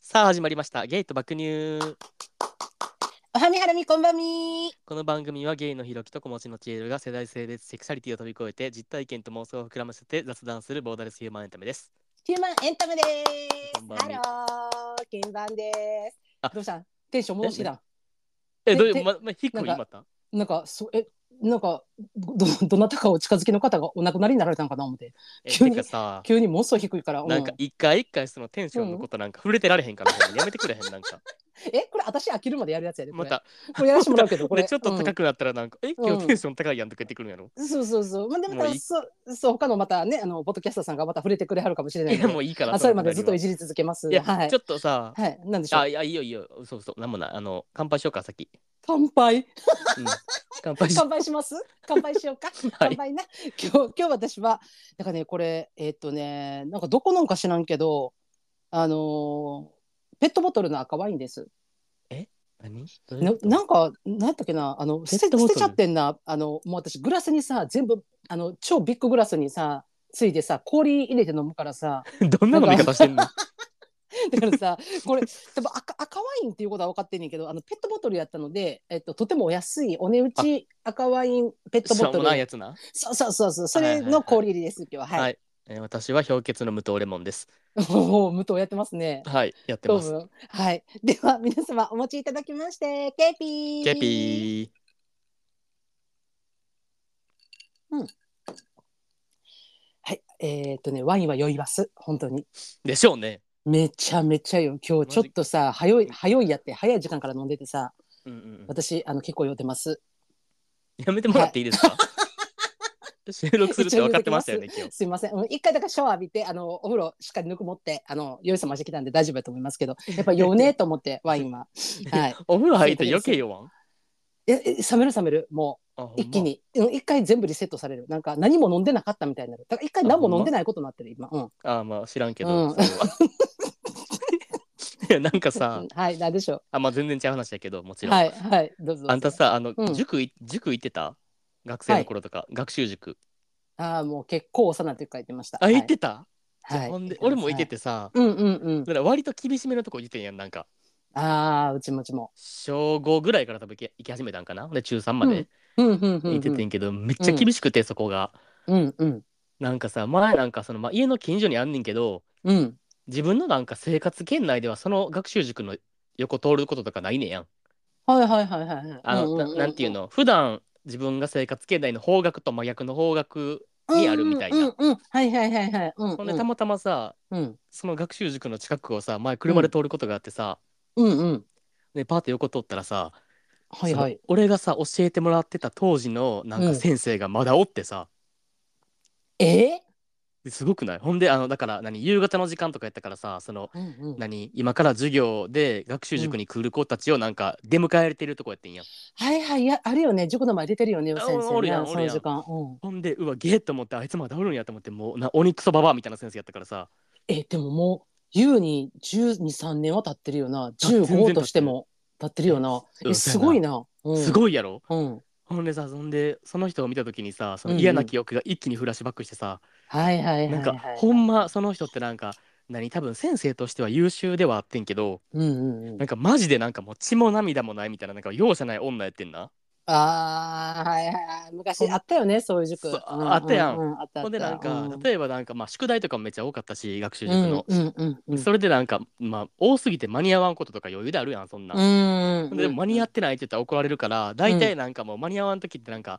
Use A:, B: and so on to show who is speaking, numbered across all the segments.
A: さあ始まりましたゲイと爆乳
B: おはみはらみこんばんみ
A: この番組はゲイのひろきと子持ちのキエルが世代性別セクシャリティを飛び越えて実体験と妄想を膨らませて雑談するボーダレスヒューマンエンタメです
B: ヒューマンエンタメで
A: こん
B: す
A: ばんみ
B: ハロー鍵盤です
A: あ
B: どうしたテンション戻してきた
A: え
B: え
A: どうい
B: て
A: うま、ま、ヒックも
B: な
A: 今
B: ん
A: あ
B: か
A: った
B: なんかそえなんかどどなたかお近づきの方がお亡くなりになられたのかな思って
A: え
B: 急
A: て
B: に
A: かさ
B: 急にものすごい低いから、う
A: なんか一回一回そのテンションのことなんか触れてられへんから、ほんまやめてくれへんなん か
B: えこれ私飽きるまでやるやつやでこ
A: ま
B: れ,、
A: た
B: これやらしてもらうけどこれ
A: 俺ちょっと高くなったらなんか、え今日テンション高いやんとか言ってくるんやろ、
B: うんそうそうそうまあでも
A: もう
B: ま
A: い
B: たそうそう他のまたねあのボッドキャスターさんがまた触れてくれはるかもしれない
A: い
B: ん
A: や
B: で
A: もういいから
B: あそれまでずっとい
A: い
B: じり続けます
A: や、
B: はい
A: ちょっとさ
B: はいなんでしょ
A: あ
B: う
A: いやいいよいいよそうそうなんもないあの乾杯しようか先、
B: 乾杯
A: うん、乾杯し
B: 乾杯します乾杯しよ うか、乾杯な今日今日私はなんかねこれえっとねなんかどこのか知らんけどあのーペットボトルの赤ワインです。
A: 何どういう
B: な
A: こと
B: なんか、なんやったっけな、あの、捨
A: ペッ
B: て
A: トボ
B: 捨
A: トル
B: てちゃってんな、あの、もう私グラスにさ、全部、あの、超ビッググラスにさ。ついてさ、氷入れて飲むからさ、
A: どんな飲み方してんの
B: だからさ、これ、多分赤、赤ワインっていうことは分かってんねんけど、あの、ペットボトルやったので。えっと、とてもお安い、お値打ち赤ワインペット
A: しょ
B: ボ
A: うも
B: ト
A: ない
B: ル。
A: やつな。
B: そうそうそうそう、そ
A: はいはい
B: れ
A: はい
B: の氷入りです、今日は。
A: は
B: はい。
A: い。えー私は氷結の無糖レモンです。
B: おお、武藤やってますね。
A: はい、やってます。
B: どうもはい、では、皆様お持ちいただきまして、ケーピー。
A: ケピ
B: はい、えーっとね、ワインは酔います。本当に。
A: ーでしょうね。
B: めちゃめちゃよ、今日ちょっとさ、早い、早いやって、早い時間から飲んでてさ。
A: うんうんうん。
B: 私、あの、結構酔ってます。
A: やめてもらっていい ですか。収録するって分かってましたよね、今日。
B: すいません、うん、一回だからシャワー浴びて、あの、お風呂しっかりぬくもって、あの、酔いさましてきたんで、大丈夫だと思いますけど。やっぱ酔うねと思って、ワインは。はい。
A: お風呂入って余計弱ん。
B: え、え冷める冷める、もう。
A: あほんま
B: 一気に、うん、一回全部リセットされる。なんか何も飲んでなかったみたいになる。だから一回何も飲んでないことになってる、今。うん。
A: あまあ知らんけ
B: う
A: ど。
B: ん
A: それ はいやなんかさ
B: うん、はい、なんでしょ
A: あまあ全然違う話だけどもち
B: う。
A: ろん。
B: はい、はい、どうぞどうぞ。
A: あんたさあの
B: うん
A: 塾い塾行ってた学生の頃とか学習塾。
B: ああ、もう結構幼い時から言ってました。
A: あ行っ
B: は
A: てた。
B: い、はい
A: ほんで俺も行って。てさ、
B: はいうんうんうん
A: だ。から割と厳しめのとこ行ってんやんなんか。
B: ああ、うちもうちも。
A: 小5ぐらいから多分行き行き始めたんかなで中3まで
B: うんうんうんうん。
A: 行っててんけど、めっちゃ厳しくてそこが、
B: うんうん。
A: なんかさ前なんかその、まあ、家の近所にあんねんけど
B: うん。
A: 自分のなんか生活圏内ではその学習塾の横通ることとかないねんやん
B: はいはいはいはいはい。
A: あの、
B: う
A: な
B: うう
A: なんていうの普段自分が生活圏内の方角と真逆の方角にあるみたいな
B: うんうんうん。はいはいはいはい。うんうん。
A: ほんでたまたまさ
B: うん
A: その学習塾の近くをさ前車で通ることがあってさ、
B: うんうん。
A: ねパーって横通ったらさ、
B: はいは
A: そ
B: い
A: の。俺がさ教えてもらってた当時のなん
B: う
A: か
B: ん
A: 先生がまだおってさ、
B: え
A: ですごくないほんであのだから何夕方の時間とかやったからさその
B: ーうんうん。はい
A: 何今から授業で学習塾に来る子たちをなんか出迎えれてるとこやってんや、
B: はい。いや、あるよね。塾の前出てるよね、先
A: お
B: 生
A: る
B: ね
A: やん。お
B: そ
A: る
B: の
A: やん
B: 時間。うん。
A: ほんでうわゲーと思ってあいつまだおるんやと思ってもうな鬼クソババアみたいな先生やったからさ
B: えでももう優に123年は経ってるよな
A: 全然経って
B: 15
A: る
B: としても経ってるよな
A: うん
B: えすごいな、うん、
A: す
B: い、
A: ごいやろ、
B: うん、
A: ほんでさそんでその人を見た時にさその
B: うんうん
A: 嫌な記憶が一気にフラッシュバックしてさ、
B: はいはいはいはい
A: なんか、ほんまその人ってなんか何多分先生としては優秀ではあってんけど
B: うんうんう
A: なんんかマジでなんかもう血も涙もないみたいななんか容赦ない女やってんな
B: あーはいはい昔あったよねそういう塾
A: そう
B: う
A: あったやん
B: ううあったあった
A: ほんでなんか、
B: うん
A: 例えばなんかまあ宿題とかもめっちゃ多かったし学習塾
B: うん
A: の、
B: うんうんうん
A: それでなんかまあ多すぎて間に合わんこととか余裕であるやんそんな、
B: うん
A: でも間に合
B: っ
A: ってないって言ったら怒られるから大体なんかもう間に合わん時ってなんか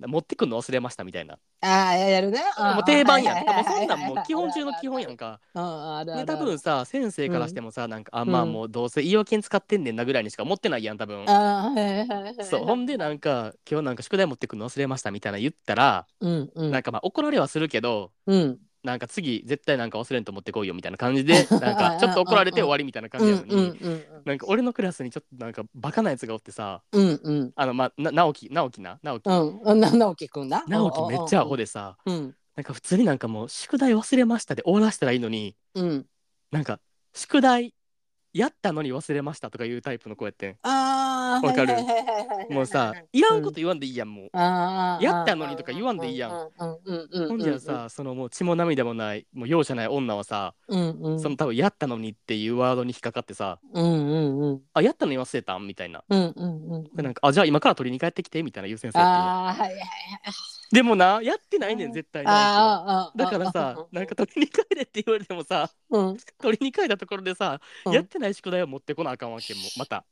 A: 持ってくんの忘れましたみたいな、
B: ああやるね
A: もう定番やん、もうそんなんもう基本中の基本やんか、
B: うんあるある
A: で
B: ある
A: 多分さ先生からしてもさ、なんかあ
B: うん
A: まあもうどうせ言い訳に使ってんねんなぐらいにしか持ってないやん多分、
B: あーはいはいはいはい
A: そうほんでなんか今日なんか宿題持ってくんの忘れましたみたいな言ったら、
B: うんう
A: なん
B: ん
A: かまあ怒られはするけど
B: うん
A: なんか次絶対なんか忘れんと思ってこいよみたいな感じ でなんかちょっと怒られて終わりみたいな感
B: う
A: じ
B: ん
A: なの
B: うん
A: に
B: うん
A: なんか俺のクラスにちょっとなんかバカなやつがおってさ
B: うんうん
A: あのまあな直樹直樹な直樹
B: うん、な直樹くんな。
A: 直樹めっちゃアホ
B: で。
A: でさ
B: うん、
A: なんか普通になんかもう宿題忘れましたで終わらしたらいいのに
B: うん、
A: なんか宿題やったのに忘れましたとかいうタイプの子やってん
B: ああ、あー
A: わかる
B: はいはいはいはいはい
A: もうさいらんこと言わんでいいやんもう。
B: あー
A: やったのにとか言わんでいいやん
B: うんうんうんうんうん
A: ほんじゃさそのもう血も涙もないもう容赦ない女はさ
B: うんうん
A: その多分「やったのに」っていうワードに引っかかってさ
B: うんうんうん
A: 「あやったのに忘れたん?」みたいな。
B: うんうんうん
A: でなんかあじゃあ今から取りに帰ってきてみたいな言う先生やっ
B: あーはいはいはい
A: てでもなやってないねん絶対な
B: あーあー
A: だから
B: あー
A: さ
B: あー
A: なんか取りに帰れって言われてもさ
B: うん
A: 取りに帰ったところでさ、
B: うん
A: やってない宿題を持ってこなあかんわけもまた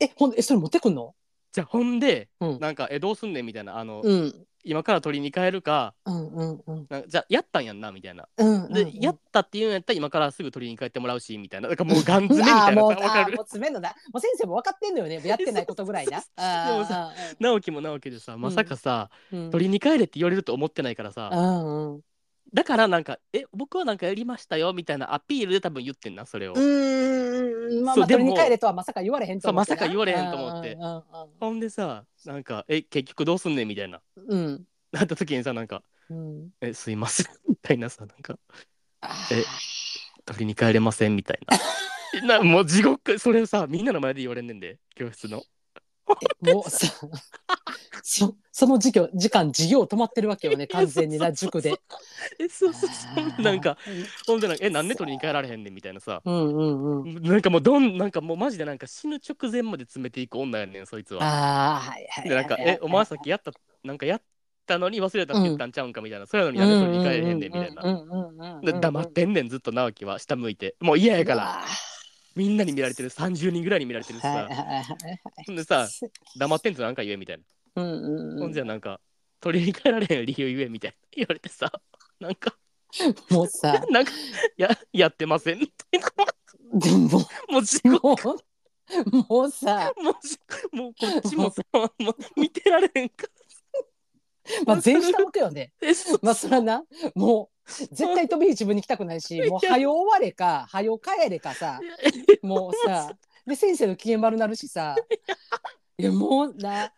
B: えほんえそれ持ってくんの
A: じゃあほんで、
B: うん
A: なんかえどうすんねんみたいなあの、
B: うん
A: 今から取りに帰るか
B: うんうんうん
A: なんかじゃあやったんやんなみたいな
B: うんうん
A: で、
B: うん
A: やったっていうんやったら今からすぐ取りに帰ってもらうしみたいなだからもうガン詰めみ
B: あ
A: た
B: ー
A: いなさ
B: もう
A: わ
B: あ
A: か
B: ー
A: る
B: もう詰めんのなもう先生も分かってんのよねやってないことぐらい な
A: そうそうそう
B: あー
A: 直樹も直樹でさまさかさ、
B: うんうん
A: 取りに帰れって言われると思ってないからさ、
B: うんうん
A: だからなんか「え僕はなんかやりましたよ」みたいなアピールで多分言ってんなそれを、
B: うーんまあ
A: そう
B: まあ
A: でも
B: 取りに帰れとはまさか言われへんと思って
A: そうまさ
B: な
A: か言われへんと思って
B: う
A: ほんでさなんか「え結局どうすんねん」みたいなん
B: うんうんうん
A: なった時にさなんか
B: うんうん
A: 「えすいません」みたいなさなんか
B: あ
A: え
B: ー
A: 取りに帰れませんみたい ななもう地獄それをさみんなの前で言われんねんで教室の
B: もうさ そその授業時間授業止まってるわけよね完全にな塾で。
A: えそうそうそうなんかほんでなんかえなんで取りに帰られへんねんみたいなさ
B: うんうんうん。
A: なんかもうどんなんかもうマジでなんか死ぬ直前まで詰めていく女やねんそいつは
B: ああはいはい
A: で
B: は
A: ないん
B: は
A: か
B: い。
A: えお前さっきやったなんかやったのに忘れたって言ったんちゃうんかみたいな、それなのになんで取りに帰れへんねんみたいな、
B: うんうんうんうんうんうん
A: で黙ってんねんずっと直樹は下向いてもう嫌やか
B: う
A: ら
B: わ
A: みんなに見られてる30人ぐらいに見られてるし
B: ーはい
A: さ
B: はいはいはい。
A: ほんでさ黙ってんとなんか言えみたいな
B: うんうん
A: ほ
B: うんん
A: じゃなんか取りに帰られへん理由言えみたいな言われてさ なんか
B: もうさ
A: なんかややってませんみたいな
B: でも
A: もう地獄
B: もうもうさ、
A: もう地獄もうこっちもさもう見てられへんか
B: まあ、全員下向くよね。
A: らです
B: まあそらなもう絶対飛び火自分に来たくないしもう早う終われか早う帰れかさもうさで先生の機嫌悪なるしさいやもうない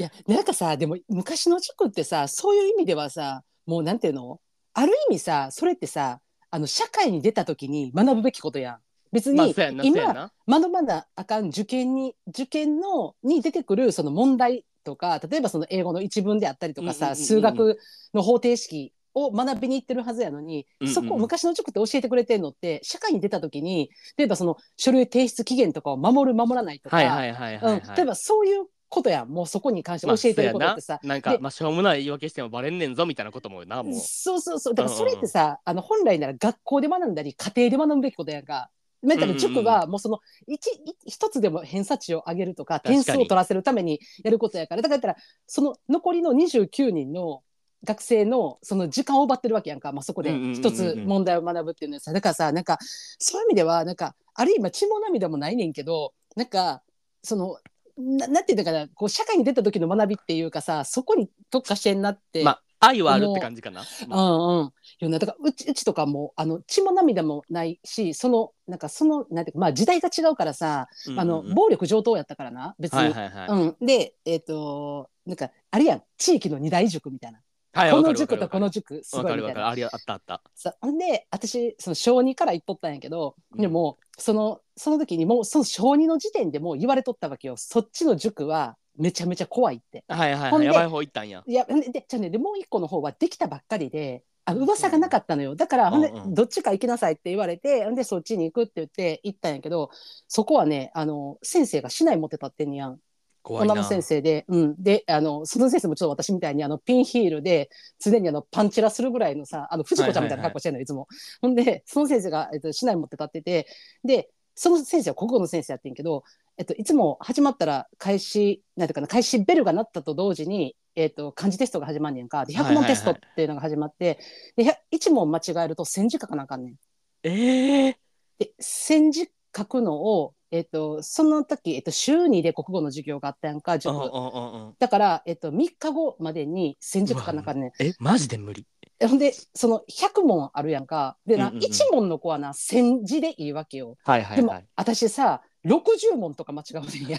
B: やなんかさでも昔の塾ってさそういう意味ではさもうなんていうのある意味さそれってさあの社会に出た時に学ぶべきことやん。別に
A: まあそうやんなそう
B: 今、
A: やんな
B: 学ばなあかん受験に受験のに出てくるその問題とか例えばその英語の一文であったりとかさ、
A: うんうんうんうん
B: 数学の方程式を学びに行ってるはずやのに、
A: うんうん
B: そこ昔の塾って教えてくれてるのって社会に出た時に例えばその書類提出期限とかを守る守らないとか、
A: はいはいはいはい、
B: うん、
A: はい
B: 例えばそういうことやんもうそこに関して
A: まあ
B: 教えてることってさ、
A: そうやななんか
B: で
A: まあしょうもない言い訳してもバレんねんぞみたいなこともなもう
B: そうそうそうだからそれってさ、あの本来なら学校で学んだり家庭で学ぶべきことやんか。だから塾はもうその一一一つでも偏差値を上げるとか
A: 確かに
B: 点数を取らせるためにやることやからだから言ったらその残りの29人の学生のその時間を奪ってるわけやんか、まあ、そこで
A: うんうんうんうん
B: 一つ問題を学ぶっていうのはさだからさなんかそういう意味ではなんかある意味血も涙もないねんけどなんかそのななんていうのかなこう社会に出た時の学びっていうかさそこに特化してんなって。
A: まあ愛はあるって感じかな、
B: う
A: まあ
B: んうん。よね。だから、うち、うちとかも、あの、血も涙もないし、その、なんか、その、なんていうか、まあ、時代が違うからさ、
A: うんうんうん
B: あの、暴力上等やったからな、別に。
A: はいはいはい、
B: うん。で、えっ、と、なんか、あれやん、地域の二大塾みたいな。
A: はい
B: こ
A: わか
B: の
A: るわか
B: 塾
A: るわ
B: と
A: か
B: こ
A: る
B: の塾、す
A: わ
B: ご
A: か
B: い
A: る
B: み
A: わか
B: たいな
A: る。ありあったあった
B: さほんで私その小児から行っとったんやけど、
A: うん
B: でもそのその時にもうその小児の時点でもう言われとったわけよそっちの塾はめちゃめちゃ怖いって。
A: はいはいは
B: ほん
A: い
B: で
A: やばい方行ったんや
B: いやででじゃあねでもう一個の方はできたばっかりであ噂がなかったのよだからほんで、
A: うんうん
B: どっちか行きなさいって言われてほんでそっちに行くって言って行ったんやけどそこはねあの先生が市内持ってたってんやん
A: 怖い
B: 女
A: な
B: の先生で,、うん、であのその先生もちょっと私みたいにあのピンヒールで常にあのパンチラするぐらいのさあの藤子ちゃんみたいな格好してんのよいつも。ほんでその先生が、えっと、市内持って立っててでその先生は国語の先生やってんけど、えっと、いつも始まったら開始なんていうかな開始ベルが鳴ったと同時に、えっと、漢字テストが始まんねんかで100問テストっていうのが始まって、で100 1問間違えると1000字書かなあかんねん。
A: ええ
B: で戦時書くのを、えっと、その時、えっと、週2で国語の授業があったやんか
A: ー、
B: 塾
A: うんうんうんうん
B: だから、えっと、3日後までに戦時書かなあかんねん
A: えマジで無理
B: えほんでその100問あるやんかで
A: う
B: な、
A: んうんうん
B: 1問の子はな1000字でいいわけよ
A: はいは
B: でも、私さ60問とか間違うねんや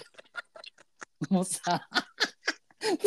B: もうさ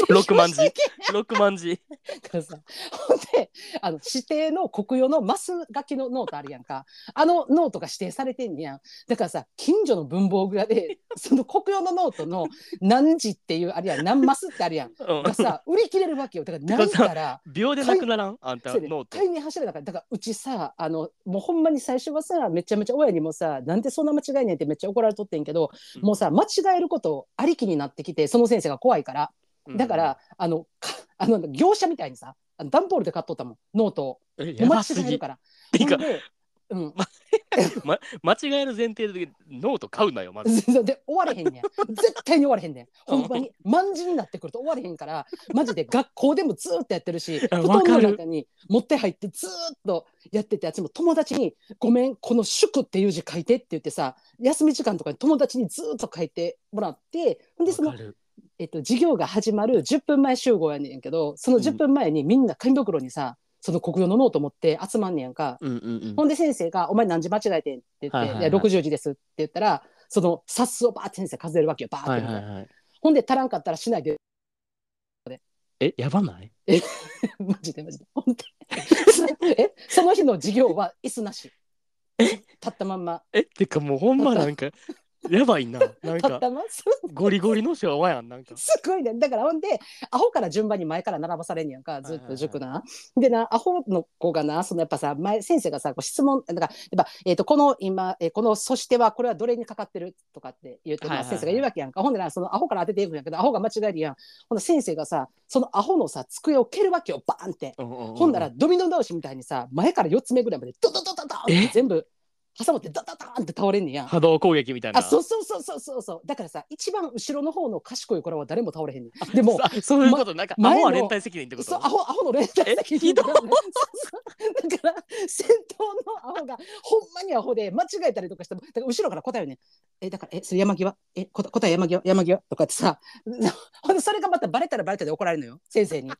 A: 六万字
B: 申し 訳
A: 六万字
B: ないからさほんでで、あの、指定の国用のマス書きのノートあるやんか。あのノートが指定されてんねやん。だからさ、近所の文房具屋で、その国用のノートの何時っていう、あるいは何マスってあるやん。
A: うん
B: がさ、売り切れるわけよ。だからないから。
A: 秒でなくならんあんた
B: そうやで
A: ノート
B: 買いに走れなかっただからうちさあのもうほんまに最初はさめちゃめちゃ親にもさなんでそんな間違いねんってめっちゃ怒られとってんけど、
A: うん
B: もうさ間違えることありきになってきてその先生が怖いからだから、あのかあの業者みたいにさあの段ボールで買っとったもんノートを
A: うんえや
B: 間
A: ば
B: 違
A: す
B: え
A: ぎ
B: るから。
A: ていうか
B: ほんでうん、
A: ま、間違える前提でノート買うなよまず
B: で終われへんねん絶対に終われへんねんほんまに万事になってくると終われへんからマ ジで学校でもずーっとやってるし布
A: あ
B: 団
A: わか
B: の
A: る
B: 中に持って入ってずーっとやってて私も友達に「ごめんこの宿」っていう字書いてって言ってさ休み時間とかに友達にずーっと書いてもらってほんでその
A: わかる
B: えっと、授業が始まる10分前集合やねんけどその10分前にみんな紙袋にさ、その国語のノート持って集まんねやんか、
A: うんうんうん
B: ほんで先生が「お前何時間違えてん」って言って「
A: はいいはいはい
B: や60時です」って言ったらその冊数をバーって先生数えるわけよバーって、
A: はいはいはい
B: ほんで足らんかったらしないで
A: えやばない
B: マジでマジでほんでえ その日の授業は椅子なし立ったまんま
A: えってかもうほんまなんかやば いななん
B: 立っ
A: か
B: たまんま
A: ゴリゴリの昭和やんなんか
B: すごいねだからほんでアホから順番に前から並ばされんねやんかずっと塾な、でなアホの子がなそのやっぱさ前先生がさこう質問だからやっぱ、えー、とこの今、えーこの「そして」はこれはどれにかかってるとかって言うと、まあ
A: はいはいはい
B: 先生が言うわけやんかほんでなそのアホから当てていくんやけどアホが間違えるやんほんで先生がさそのアホのさ机を蹴るわけよバーンって。
A: ほ
B: ほんならドミノ倒しみたいにさ前から4つ目ぐらいまでドドドドドンって
A: え
B: 全部挟まってダダダーンって倒れんねやん。
A: 波動攻撃みたいな
B: あそうそうそうそうそうそうだからさ一番後ろの方の賢い子らは誰も倒れへんねんでも
A: あそういうこと、なんかア
B: 前
A: ホ
B: の
A: は連帯責任ってこ
B: そう
A: と
B: アホアホの連帯責
A: え
B: 任
A: ひどい
B: だからねそうそうだから先頭のアホがほんまにアホで間違えたりとかしてもだから後ろから答えよねえだからえそれ山際えこた答え山際山際とかってさほんでそれがまたバレたらバレたで怒られるのよ先生に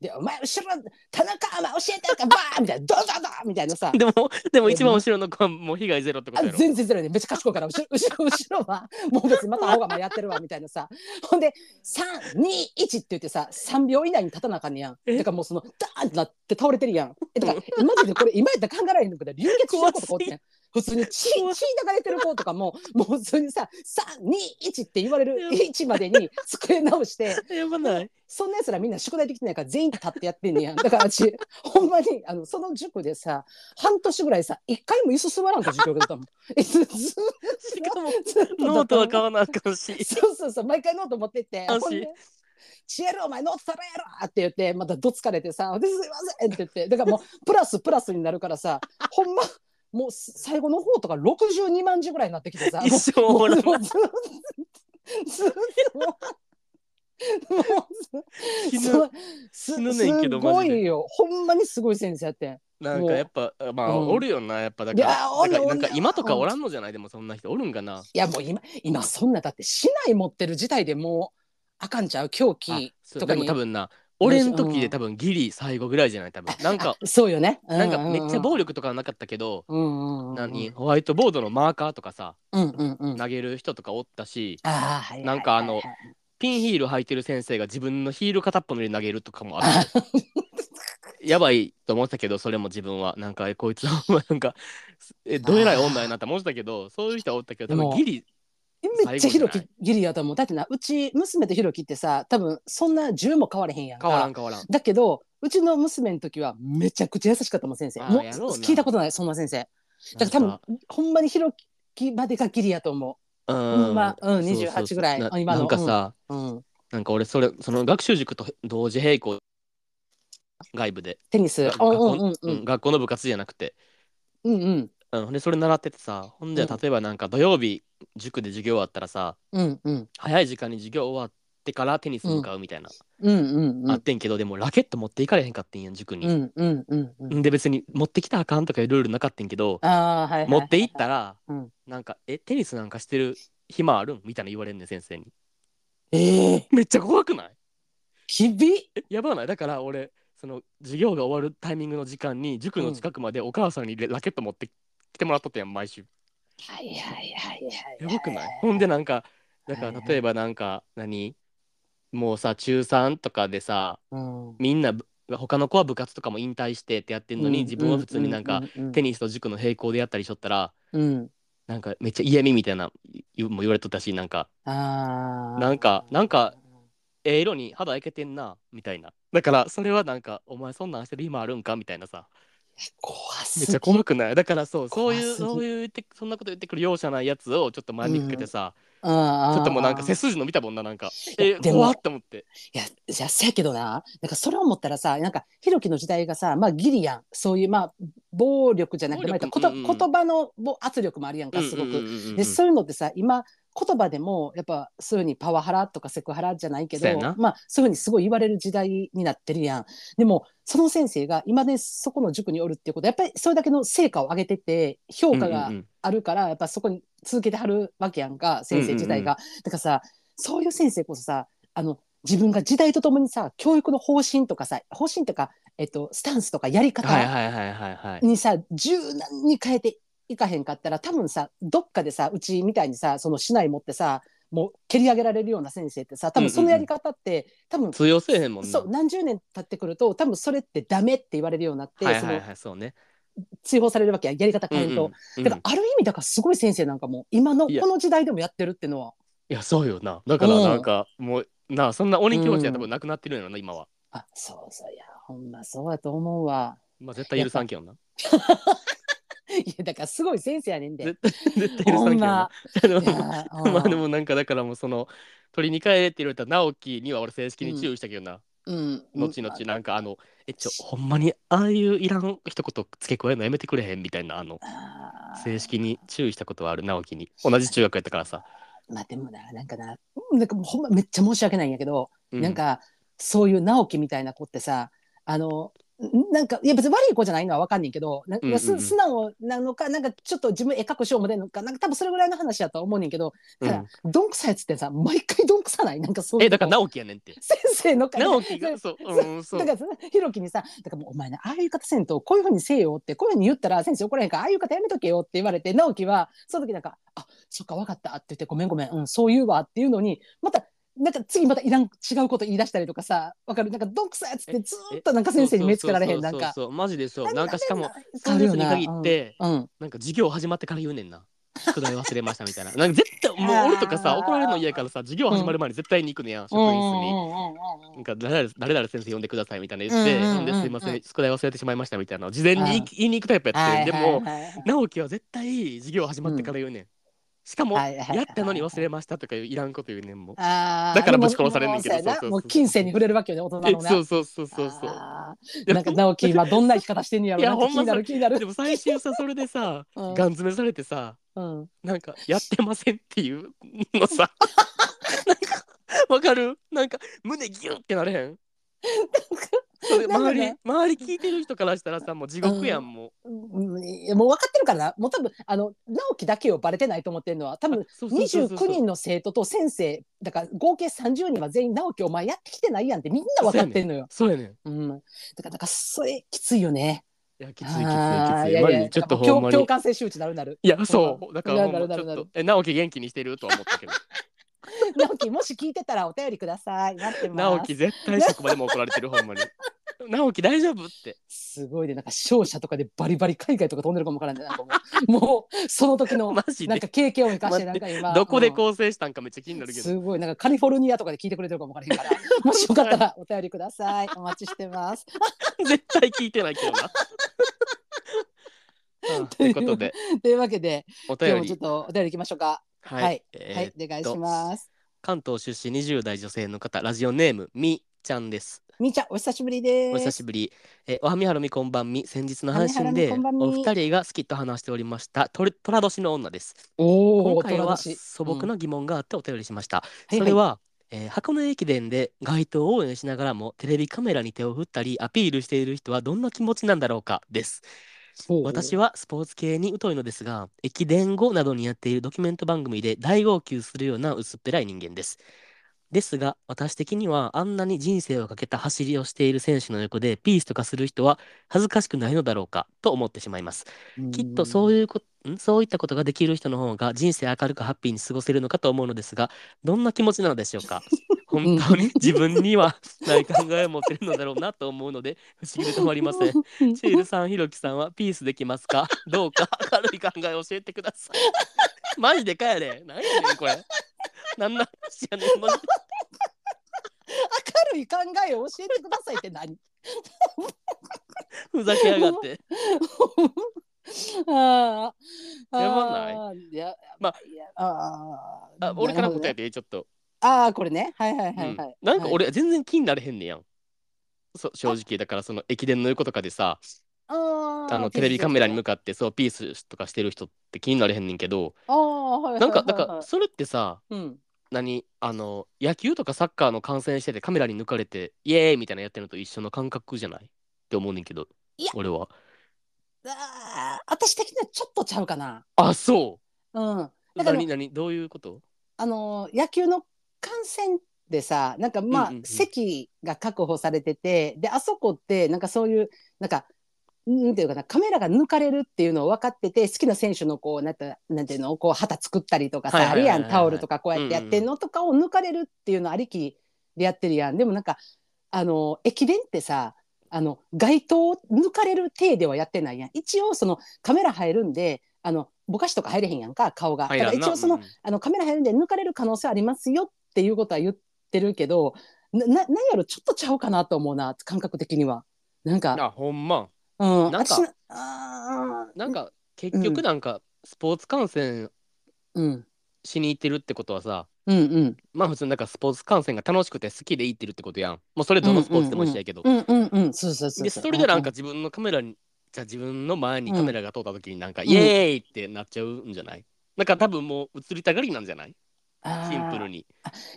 B: でお前後ろ田中お前教えたんかバーンみたいなドンドンドンみたいなさ
A: でもでも一番後ろの子はもう被害ゼロってこ
B: あ
A: とやろ
B: 全然ゼロねめっちゃ賢いから後ろ 後ろ後ろはもう別にまた青がまやってるわみたいなさほんで321って言ってさ3秒以内に立たなあかんねやん
A: え
B: だからもうそのダーンってなって倒れてるやんえだからえマジでこれ今やったら考えられへんのけど流血してる子とかおっ てん普通に血血流れてる子とかももう普通にさ321って言われる1までに机直して
A: やばない
B: そんな奴らみんな宿題できてないから全員立ってやってんねやん。だから 私、ほんまに、あの、その塾でさ、半年ぐらいさ、一回も椅子座らんと授業だったもん。 え、ず、ず、ず
A: しかも
B: ずっとだったもん
A: ノートは買わなあかんし
B: そうそうそう、毎回ノート持ってって。
A: よし
B: ほんでシエルお前ノート取れやろって言ってまたどつかれてさ「ですいません」って言ってだからもうプラスプラスになるから さほんまもう最後の方とか62万字ぐらいになってきてさ
A: 一生おもろい
B: もうずっとずっともうもう
A: 死
B: そ
A: ぬ
B: うす
A: 死ぬねんけど
B: すご
A: マジで
B: いよほんまにすごい先生やってん
A: なんかやっぱまあ
B: うん
A: おるよなやっぱだから
B: いやおる
A: だから
B: お
A: な
B: る
A: んか今とかおらんのじゃないでもそんな人おるんかない
B: やもう今今そんなだって市内持ってる時代でもうあかんちゃう狂
A: あ
B: 気
A: そう
B: とか
A: で
B: に
A: も多分な俺ん時で多分ギリ最後ぐらいじゃない多分なんか
B: あそうよね
A: なんかめっちゃ
B: ー
A: 暴力とかはなかったけど
B: ル
A: 何ホワイトボードのマーカーとかさ
B: うんうんうん
A: 投げる人とかおったし
B: あーはいはいはいはい
A: なんかあ のピンヒール履いてる先生が自分のヒール片っぽの上に投げるとかもあるやばいと思ってたけどそれも自分はなんかえこいつ はなんかえどえらい女やなって思ってたけどそういう人はおったけど
B: で
A: 多
B: も
A: 分ギリ
B: めっちゃ
A: 最
B: ヒ
A: 後
B: ロ
A: じゃな
B: キギリやと思うだってなうち娘とヒロキってさ多分そんな10も変われへんやんか
A: 変わらん変わらん
B: だけどうちの娘の時はめちゃくちゃ優しかったもん先生
A: あー
B: もう
A: やろうな
B: 聞いたことないそんな先生だか
A: な
B: ら
A: ん
B: 多分ほんまにヒロキまでがギリやと思
A: う
B: う、
A: ん
B: ほんまうん
A: そうそうそう
B: 28ぐらい
A: な
B: 今の
A: なんかさ、
B: うんうん
A: なんか俺それその学習塾と同時並行外部で、
B: テニス
A: 学
B: う
A: 校
B: んうんうんう
A: うん
B: ん
A: 学校の部活じゃなくて、
B: うんうん
A: うん、でそれ習っててさほんじゃ
B: うん
A: 例えばなんか土曜日塾で授業終わったらさ
B: うんうん
A: 早い時間に授業終わってからテニス向かうみたいな、
B: うんうんうん
A: あってんけどでもラケット持っていかれへんかってんやん塾
B: う
A: に、
B: んうんうんうん
A: ん、で別に持ってきたらあかんとかいうルールなかったんけど
B: あーはいはい
A: 持っていったら、
B: うん
A: なんか「えテニスなんかしてる暇あるん?」みたいな言われんねん先生に
B: ええ
A: めっちゃ怖くない
B: ひび
A: えやばないだから俺その授業が終わるタイミングの時間に塾の近くまでお母さんにレラケット持ってきてもらっとったやん毎週
B: はいはいはいはい
A: やばくない ほんでなんかだか
B: はい
A: ら
B: はい
A: 例えばなんか何もうさ中3とかでさ
B: うん
A: みんな他の子は部活とかも引退してってやってんのに、自分は普通になんか、テニスと塾の並行でやったりしょったら
B: うん
A: なんかめっちゃ嫌味みたいな言うも言われとったしなんか
B: あー
A: なんかなんかええ色に肌焼けてんなみたいなだからそれはなんかお前そんなんしてる今あるんかみたいなさ
B: 怖す
A: めっ
B: ぎ
A: ちゃ怖くないだからそうそう
B: 怖すぎ
A: いうそういう言ってそんなこと言ってくる容赦ないやつをちょっと前にかけてさ、
B: あー
A: ちょっともうなんか背筋伸びたもんななんか
B: い
A: え
B: やでも
A: 怖っと思って
B: いや、いや、せやけどな、なんかそれを思ったらさ、なんか、ひろきの時代がさ、まあ、ギリやん。そういう、まあ、暴力じゃなくて、
A: 暴
B: まあ
A: 力
B: 言ったら
A: う
B: こ
A: んうん
B: と言葉のぼ圧力もあるやんか、すご
A: うんうん
B: く。
A: うんうんうん
B: で、そういうのってさ、今、言葉でも、やっぱ、そういうふうにパワハラとかセクハラじゃないけ
A: そうや
B: ど
A: な、
B: まあ、そういうふうにすごい言われる時代になってるやん。でも、その先生が今ね、そこの塾におるっていうことは、やっぱりそれだけの成果を上げてて、評価が
A: うんうんうん
B: あるからやっぱそこに続けてはるわけやんか先生自体が、だからさそういう先生こそさあの自分が時代とともにさ教育の方針とかさ方針とか、えっと、スタンスとかや
A: は
B: り
A: い
B: 方
A: はいはいはいはい
B: にさ、柔軟に変えていかへんかったら多分さどっかでさうちみたいにさその市内持ってさもう蹴り上げられるような先生ってさ多分そのやり方って、多分
A: 通用せえへんもんな
B: そう何十年経ってくると多分それってダメって言われるようになって、
A: はいはいはいそうね
B: その追放されるわけややり方
A: うん
B: 変えんと。
A: うんうん
B: だからある意味だからすごい先生なんかも今のこ
A: いや
B: の時代でもやってるってのはい
A: やそうよなだから
B: うん
A: なんかもうなあそんな鬼教師は多分なくなってるんやろな今は
B: あそうそういやほんまそうだと思うわ
A: まあ絶対許さんけどない
B: やだからすごい先生やねんで
A: 絶 絶対許さんけどなあ の
B: いやうん
A: まあでもなんかだからもうその取りに帰れって言われた直樹には俺正式に注意したけどな、
B: うん
A: 後々なんかあの「えちょほんまにああいういらん一言付け加えるのやめてくれへん」みたいなあの
B: あー
A: 正式に注意したことはある直樹に同じ中学やったからさ、
B: まあでもななんかななんかもうほんまめっちゃ申し訳ないんやけど、
A: う
B: なんかそういう直樹みたいな子ってさあのんなんかいや別に悪い子じゃないのは分かんねんけどな
A: うんうんうん
B: す素直なのかなんかちょっと自分絵描くしようも出んのかなんか多分それぐらいの話やとは思うねんけど
A: うん
B: だから、どんくさいやつってさ毎回どんくさないなんか そういう
A: えだから
B: こう
A: 直樹やねんって
B: 先生のから
A: 直樹がそううんそう
B: だからさひろきにさ「だからもうお前ねああいう言い方せんとこういうふうにせえよ」ってこういうふうに言ったら先生怒らへんからああいう言い方やめとけよって言われて直樹はその時なんか「あそっか分かった」って言って「ごめんごめん、うん、そう言うわ」っていうのにまたなんか次またいらん違うこと言い出したりとかさわかるなんかどんくさいやつってずーっとなんか先生に目つけられへんな
A: そうそ
B: んか。
A: うそうそうマジでそうなんかしかも
B: 変
A: そう
B: わ
A: い
B: る
A: うやつ
B: よ
A: に
B: な
A: 限って、
B: うんうん
A: なんか授業始まってから言うねんな。宿題忘れましたみたいな。なんか絶対もう俺とかさ
B: あー
A: 怒られるの嫌やからさ授業始まる前に絶対に行くねや、職
B: うん
A: 員室に。
B: うんうんうん
A: なんか誰々誰々先生呼んでくださいみたいな言って、
B: うんうんうんうん
A: ほんですいません宿題忘れてしまいましたみたいなのを事前に言い,、
B: うん
A: 言いに行くタイプやって、
B: はい
A: で
B: はい
A: も
B: はい
A: 直樹は絶対授業始まってから言うねん、しかも、
B: はいはいはい
A: やったのに忘れましたとかいういらんこと言うねんもう
B: あー
A: だからぶち殺されんねんけど
B: もうもう
A: そうそうそう
B: そうやなもう金銭に触れるわけよね大人の
A: え
B: な
A: そうそうそうそうそう
B: あ
A: いや
B: ーなんか直樹今どんな生き方してんのやろ
A: いや
B: なんか
A: ほんま
B: 気になる気にな
A: で
B: る
A: も最終さそれでさ、
B: うん
A: ガン詰めされてさ
B: うん
A: なんかやってませんっていうの さなんかわかるなんか胸ギュンってなれへんそれ
B: なんか
A: 周り
B: ね
A: 周り聞いてる人からしたらさもう地獄やんもう
B: うんいやもう分かってるからなもう多分あの直樹だけをバレてないと思ってるのは多分
A: そうそうそうそう
B: 29人の生徒と先生だから合計30人は全員直樹お前やってきてないやんってみんな分かってんのよ。
A: そうやねん
B: うん、だからなんかそれきついよね。
A: いやきついきついきつい
B: あーい
A: マ
B: やい
A: ジ
B: や
A: でちょっと
B: だから
A: ほ
B: もうん
A: ま
B: 共
A: に
B: 共感性周知なるなる。
A: いやそうだからほんま
B: なるな
A: ち
B: る
A: ょっ
B: なる
A: とえ直樹元気にしてるとは思 ったけど
B: 直樹もし聞いてたらお便りください。待ってます。
A: 直樹絶対職場でも怒られてるほんまに直樹大丈夫って
B: すごいねなんか商社とかでバリバリ海外とか飛んでるかもわからんねなんかも うもうその時の
A: マジ
B: なん
A: で
B: か経験を生かしてなんか今
A: どこで
B: う
A: 構成したんかめっちゃ気になる
B: ん
A: けど
B: すごいなんかカリフォルニアとかで聞いてくれてるかも わからへんからもしよかったらお便りくださいお待ちしてます
A: 絶対聞いてないけどなうん ということで
B: というわけで
A: お
B: 今日
A: 便
B: もちょっ
A: り
B: とお便りいきましょうか
A: は
B: はい
A: えー
B: はいお願いします
A: 関東出身20代女性の方ラジオネームみちゃんです
B: みーちゃんお久しぶりです
A: お久しぶり。えー、おはみはるみこんばんみ、先日の配信
B: おはみはる
A: で
B: みこんばんみ
A: お二人が好きと話しておりました、とトラ年の女です。
B: お
A: 今
B: お
A: 回は
B: 年
A: 素朴な疑問があってお便りしました。
B: うん
A: それ
B: はい
A: は、えー箱根駅伝で街頭応援しながらもテレビカメラに手を振ったりアピールしている人はどんな気持ちなんだろうかです。私
B: は
A: はスポーツ系に疎いのですが、駅伝後などにやっているドキュメント番組で大号泣するような薄っぺらい人間です。ですが、私的にはあんなに人生をかけた走りをしている選手の横でピースとかする人は恥ずかしくないのだろうかと思ってしまいます。きっとそう
B: い
A: いうこんそういったことがで きる人の方が人生明るくハッピーに過ごせるのかと思うのですが、どんな気持ちなのでしょうか。本当に自分にはない考えを持ってるのだろうなと思うので不思議で止まりません。
B: ん
A: チールさん、ひろきさんはピースできますかどうか明るい考えを教えてください。マジでかやで。何やねんこれ。何の話やねん。マジで
B: 明るい考えを教えてくださいって何
A: ふざけやがって。
B: ああ。
A: やばない
B: いいや、
A: ま
B: あ、いや、ああ。
A: あ俺から答
B: なるほどね
A: え。ていいちょっと。
B: ああ、これね。はいはいはいはい。
A: なんか俺全然気になれへんねやん。そ正直だからその駅伝の横とかでさ
B: あー
A: あのテレビカメラに向
B: か
A: かってそうピースとかしてる人って気になれへんねんけど
B: ああ、はいはいはいはい。
A: なんかだからそれってさ
B: うん。
A: 何あの野球とかサッカーの観戦しててカメラに抜かれてイエーイみたいなやってるのと一緒の感覚じゃないって思うねんけど
B: いや
A: 俺は
B: ああ、私的にはちょっとちゃうかな。
A: あそう
B: うん。だから
A: 何何どういうこと
B: あの野球の観戦でさなんかまあ、
A: うんうんうん
B: 席が確保されててであそこってなんかそういうなんかなんていうかなカメラが抜かれるっていうのを分かってて好きな選手のこうなんてなんていうのこう旗作ったりとかさ、
A: はいはいはいはい
B: あるやんタオルとかこうやってやってんのとかを抜かれるっていうのありきでやってるやんでもなんかあの駅伝ってさあの街灯を抜かれる体ではやってないやん一応そのカメラ入るんであのぼかしとか入れへんやんか顔が。だから一応そのあのカメラ入るんで抜かれる可能性ありますよっていうことは言ってるけどなな何やろちょっとちゃうかなと思うな感覚的にはなんか、
A: あほんま
B: うん、
A: なんか
B: 私のあー
A: なんか結局なんかスポーツ観戦
B: うん
A: しに行ってるってことはさ
B: うんうん
A: まあ普通になんかスポーツ観戦が楽しくて好きで行ってるってことやんもうそれどのスポーツでも一緒やけど
B: うんうんうんそうそうそう
A: で
B: う
A: それでなんか自分のカメラにじゃあ自分の前にカメラが通った時になんか、イエーイってなっちゃうんじゃないなんか多分もう映りたがりなんじゃないシンプル
B: に
A: に。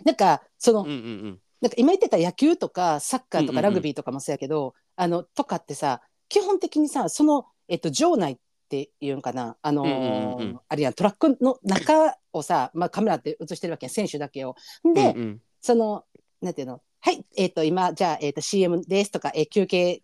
B: なんかその、
A: うんうんうん。
B: なんか今言ってた野球とかサッカ
A: うん
B: ーと
A: うんう
B: か
A: ん
B: ラグビーとかもそうやけど、あのとかってさ基本的にさその、えっと、場内っていうのかなあのー
A: うんうんうんうん
B: あるいはトラックの中をさ、まあ、カメラって映してるわけやん選手だけを。で、
A: うんうん
B: そのなんていうのはいえっ、と今じゃあ、えっと CM ですとか、えー休憩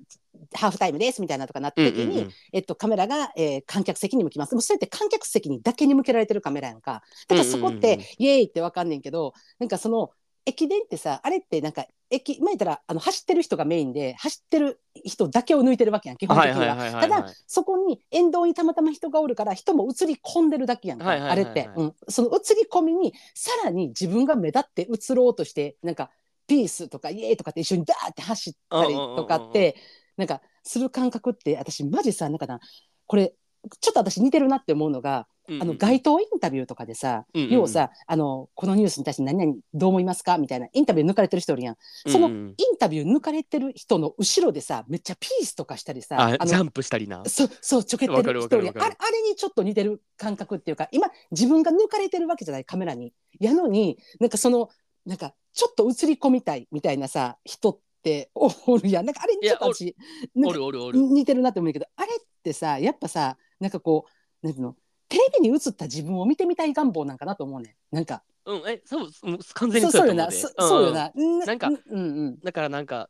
B: ハーフタイムですみたいなとかなった
A: うんう
B: 時に、
A: んうん
B: えっと、カメラが、えー観客席に向きます。でもそれって観客席にだけに向けられてるカメラやんか。だからそこっ
A: うんうんうんうん
B: て、イエーイってわかんねんけど、なんかその、駅伝ってさ、あれってなんか、駅、前言ったら、あの、走ってる人がメインで、走ってる人だけを抜いてるわけやん、基本
A: は
B: 的
A: いは
B: に
A: い
B: は。
A: はいは
B: た
A: いは
B: だ
A: い。
B: そこに沿道にたまたま人がおるから人も映り込んでるだけやんか、
A: はいはいはいはい
B: あれって、うん、その映り込みにさらに自分が目立って映ろうとしてなんかピースとかイエーイとかって一緒にダーって走ったりとかってなんかする感覚って私マジさなんかなこれちょっと私似てるなって思うのが、あの街頭インタビューとかでさ、
A: うんうん
B: 要はさあのこのニュースに対して何々どう思いますかみたいなインタビュー抜かれてる人おるやんその
A: うんうん
B: インタビュー抜かれてる人の後ろでさめっちゃピースとかしたりさ
A: あ
B: あの
A: ジャンプしたりな。
B: そうそうちょけて
A: わかる
B: る
A: わ
B: 一
A: か
B: 人
A: るわかる
B: あれあれにちょっと似てる感覚っていうか今自分が抜かれてるわけじゃないカメラにやのになんかそのなんかちょっと映り込みたいみたいなさ人っておおるやんなんかあれにちょっと私な
A: お
B: んか
A: るおるおる。
B: 似てるなって思うけどあれってさやっぱさなんかこうなんていうのテレビに映った自分を見てみたい願望なんかなと思うねんなんか
A: うんえそううん完全
B: そ
A: に
B: うそう
A: そう
B: よ
A: や
B: な
A: と
B: そ
A: 思うで
B: そうよ。
A: うん
B: な
A: なんか
B: うんうん
A: だからなんか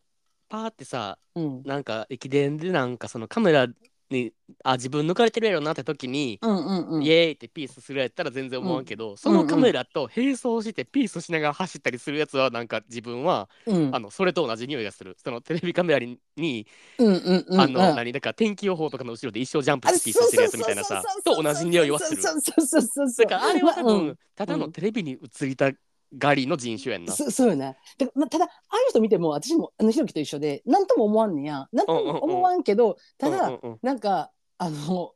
A: パーってさ
B: うん
A: なんか駅伝でなんかそのカメラにあ自分抜かれてるやろなって時に。
B: うんうんうん
A: イエーイってピースするやったら全然思わんけど、そ
B: うん
A: の
B: うん
A: カメラと並走してピースしながら走ったりするやつはなんか自分は、
B: うん
A: あのそれと同じ匂いがするそのテレビカメラにに、
B: うんうんうん
A: あの、
B: うん
A: 何だから天気予報とかの後ろで一生ジャンプ
B: あ
A: してピースしてるやつみたいなさと同じ匂いはする
B: そうそうそうそうそう
A: だからあれは多分、
B: まあ
A: ただのテレビに映りたがりの人種やん
B: うん
A: な、
B: そうそうよねだからまあただああいう人見ても私もあのひろきと一緒で何とも思わんねや何とも思わんけどた
A: う
B: だ
A: んうんうん
B: なんかあの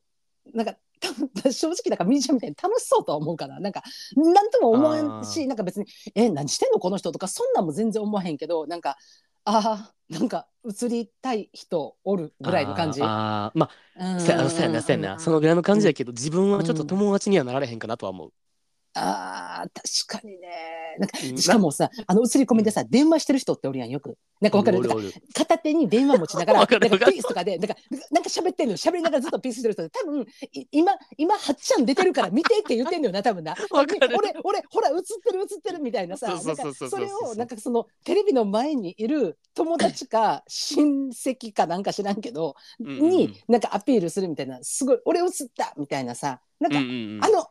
B: なんか多分 正直だからみーちゃんみたいに楽しそうとは思うからなんか何とも思わん
A: あ
B: しなんか別に「え何してんのこの人」とかそんなんも全然思わへんけどなんかあーなんか映りたい人おるぐらいの感じ。
A: あーあーまあ
B: あ
A: そうやなそうやなそうやなそのぐらいの感じやけど自分はちょっと友達にはなられへんかなとは思う、
B: あー確かにねなんか
A: うん
B: しかもさあの映り込みでさ電話してる人っておるやんよくなんかわかる
A: お
B: なんか
A: おる
B: 片手に電話持ちながらな
A: わ
B: ん
A: か
B: か
A: るわかる
B: ピースとかでなんかなんか喋ってんのよ喋りながらずっとピースしてる人で多分い今今はっちゃん出てるから見てって言ってんのよな多分な
A: わかる
B: 俺俺ほら映ってる映ってるみたいなさ
A: そうそうそうそう
B: なんかそれをなんかそのテレビの前にいる友達か親戚かなんか知らんけど、
A: うんうんうん
B: になんかアピールするみたいなすごい俺映ったみたいなさなんか、
A: うんうんうん
B: あのあの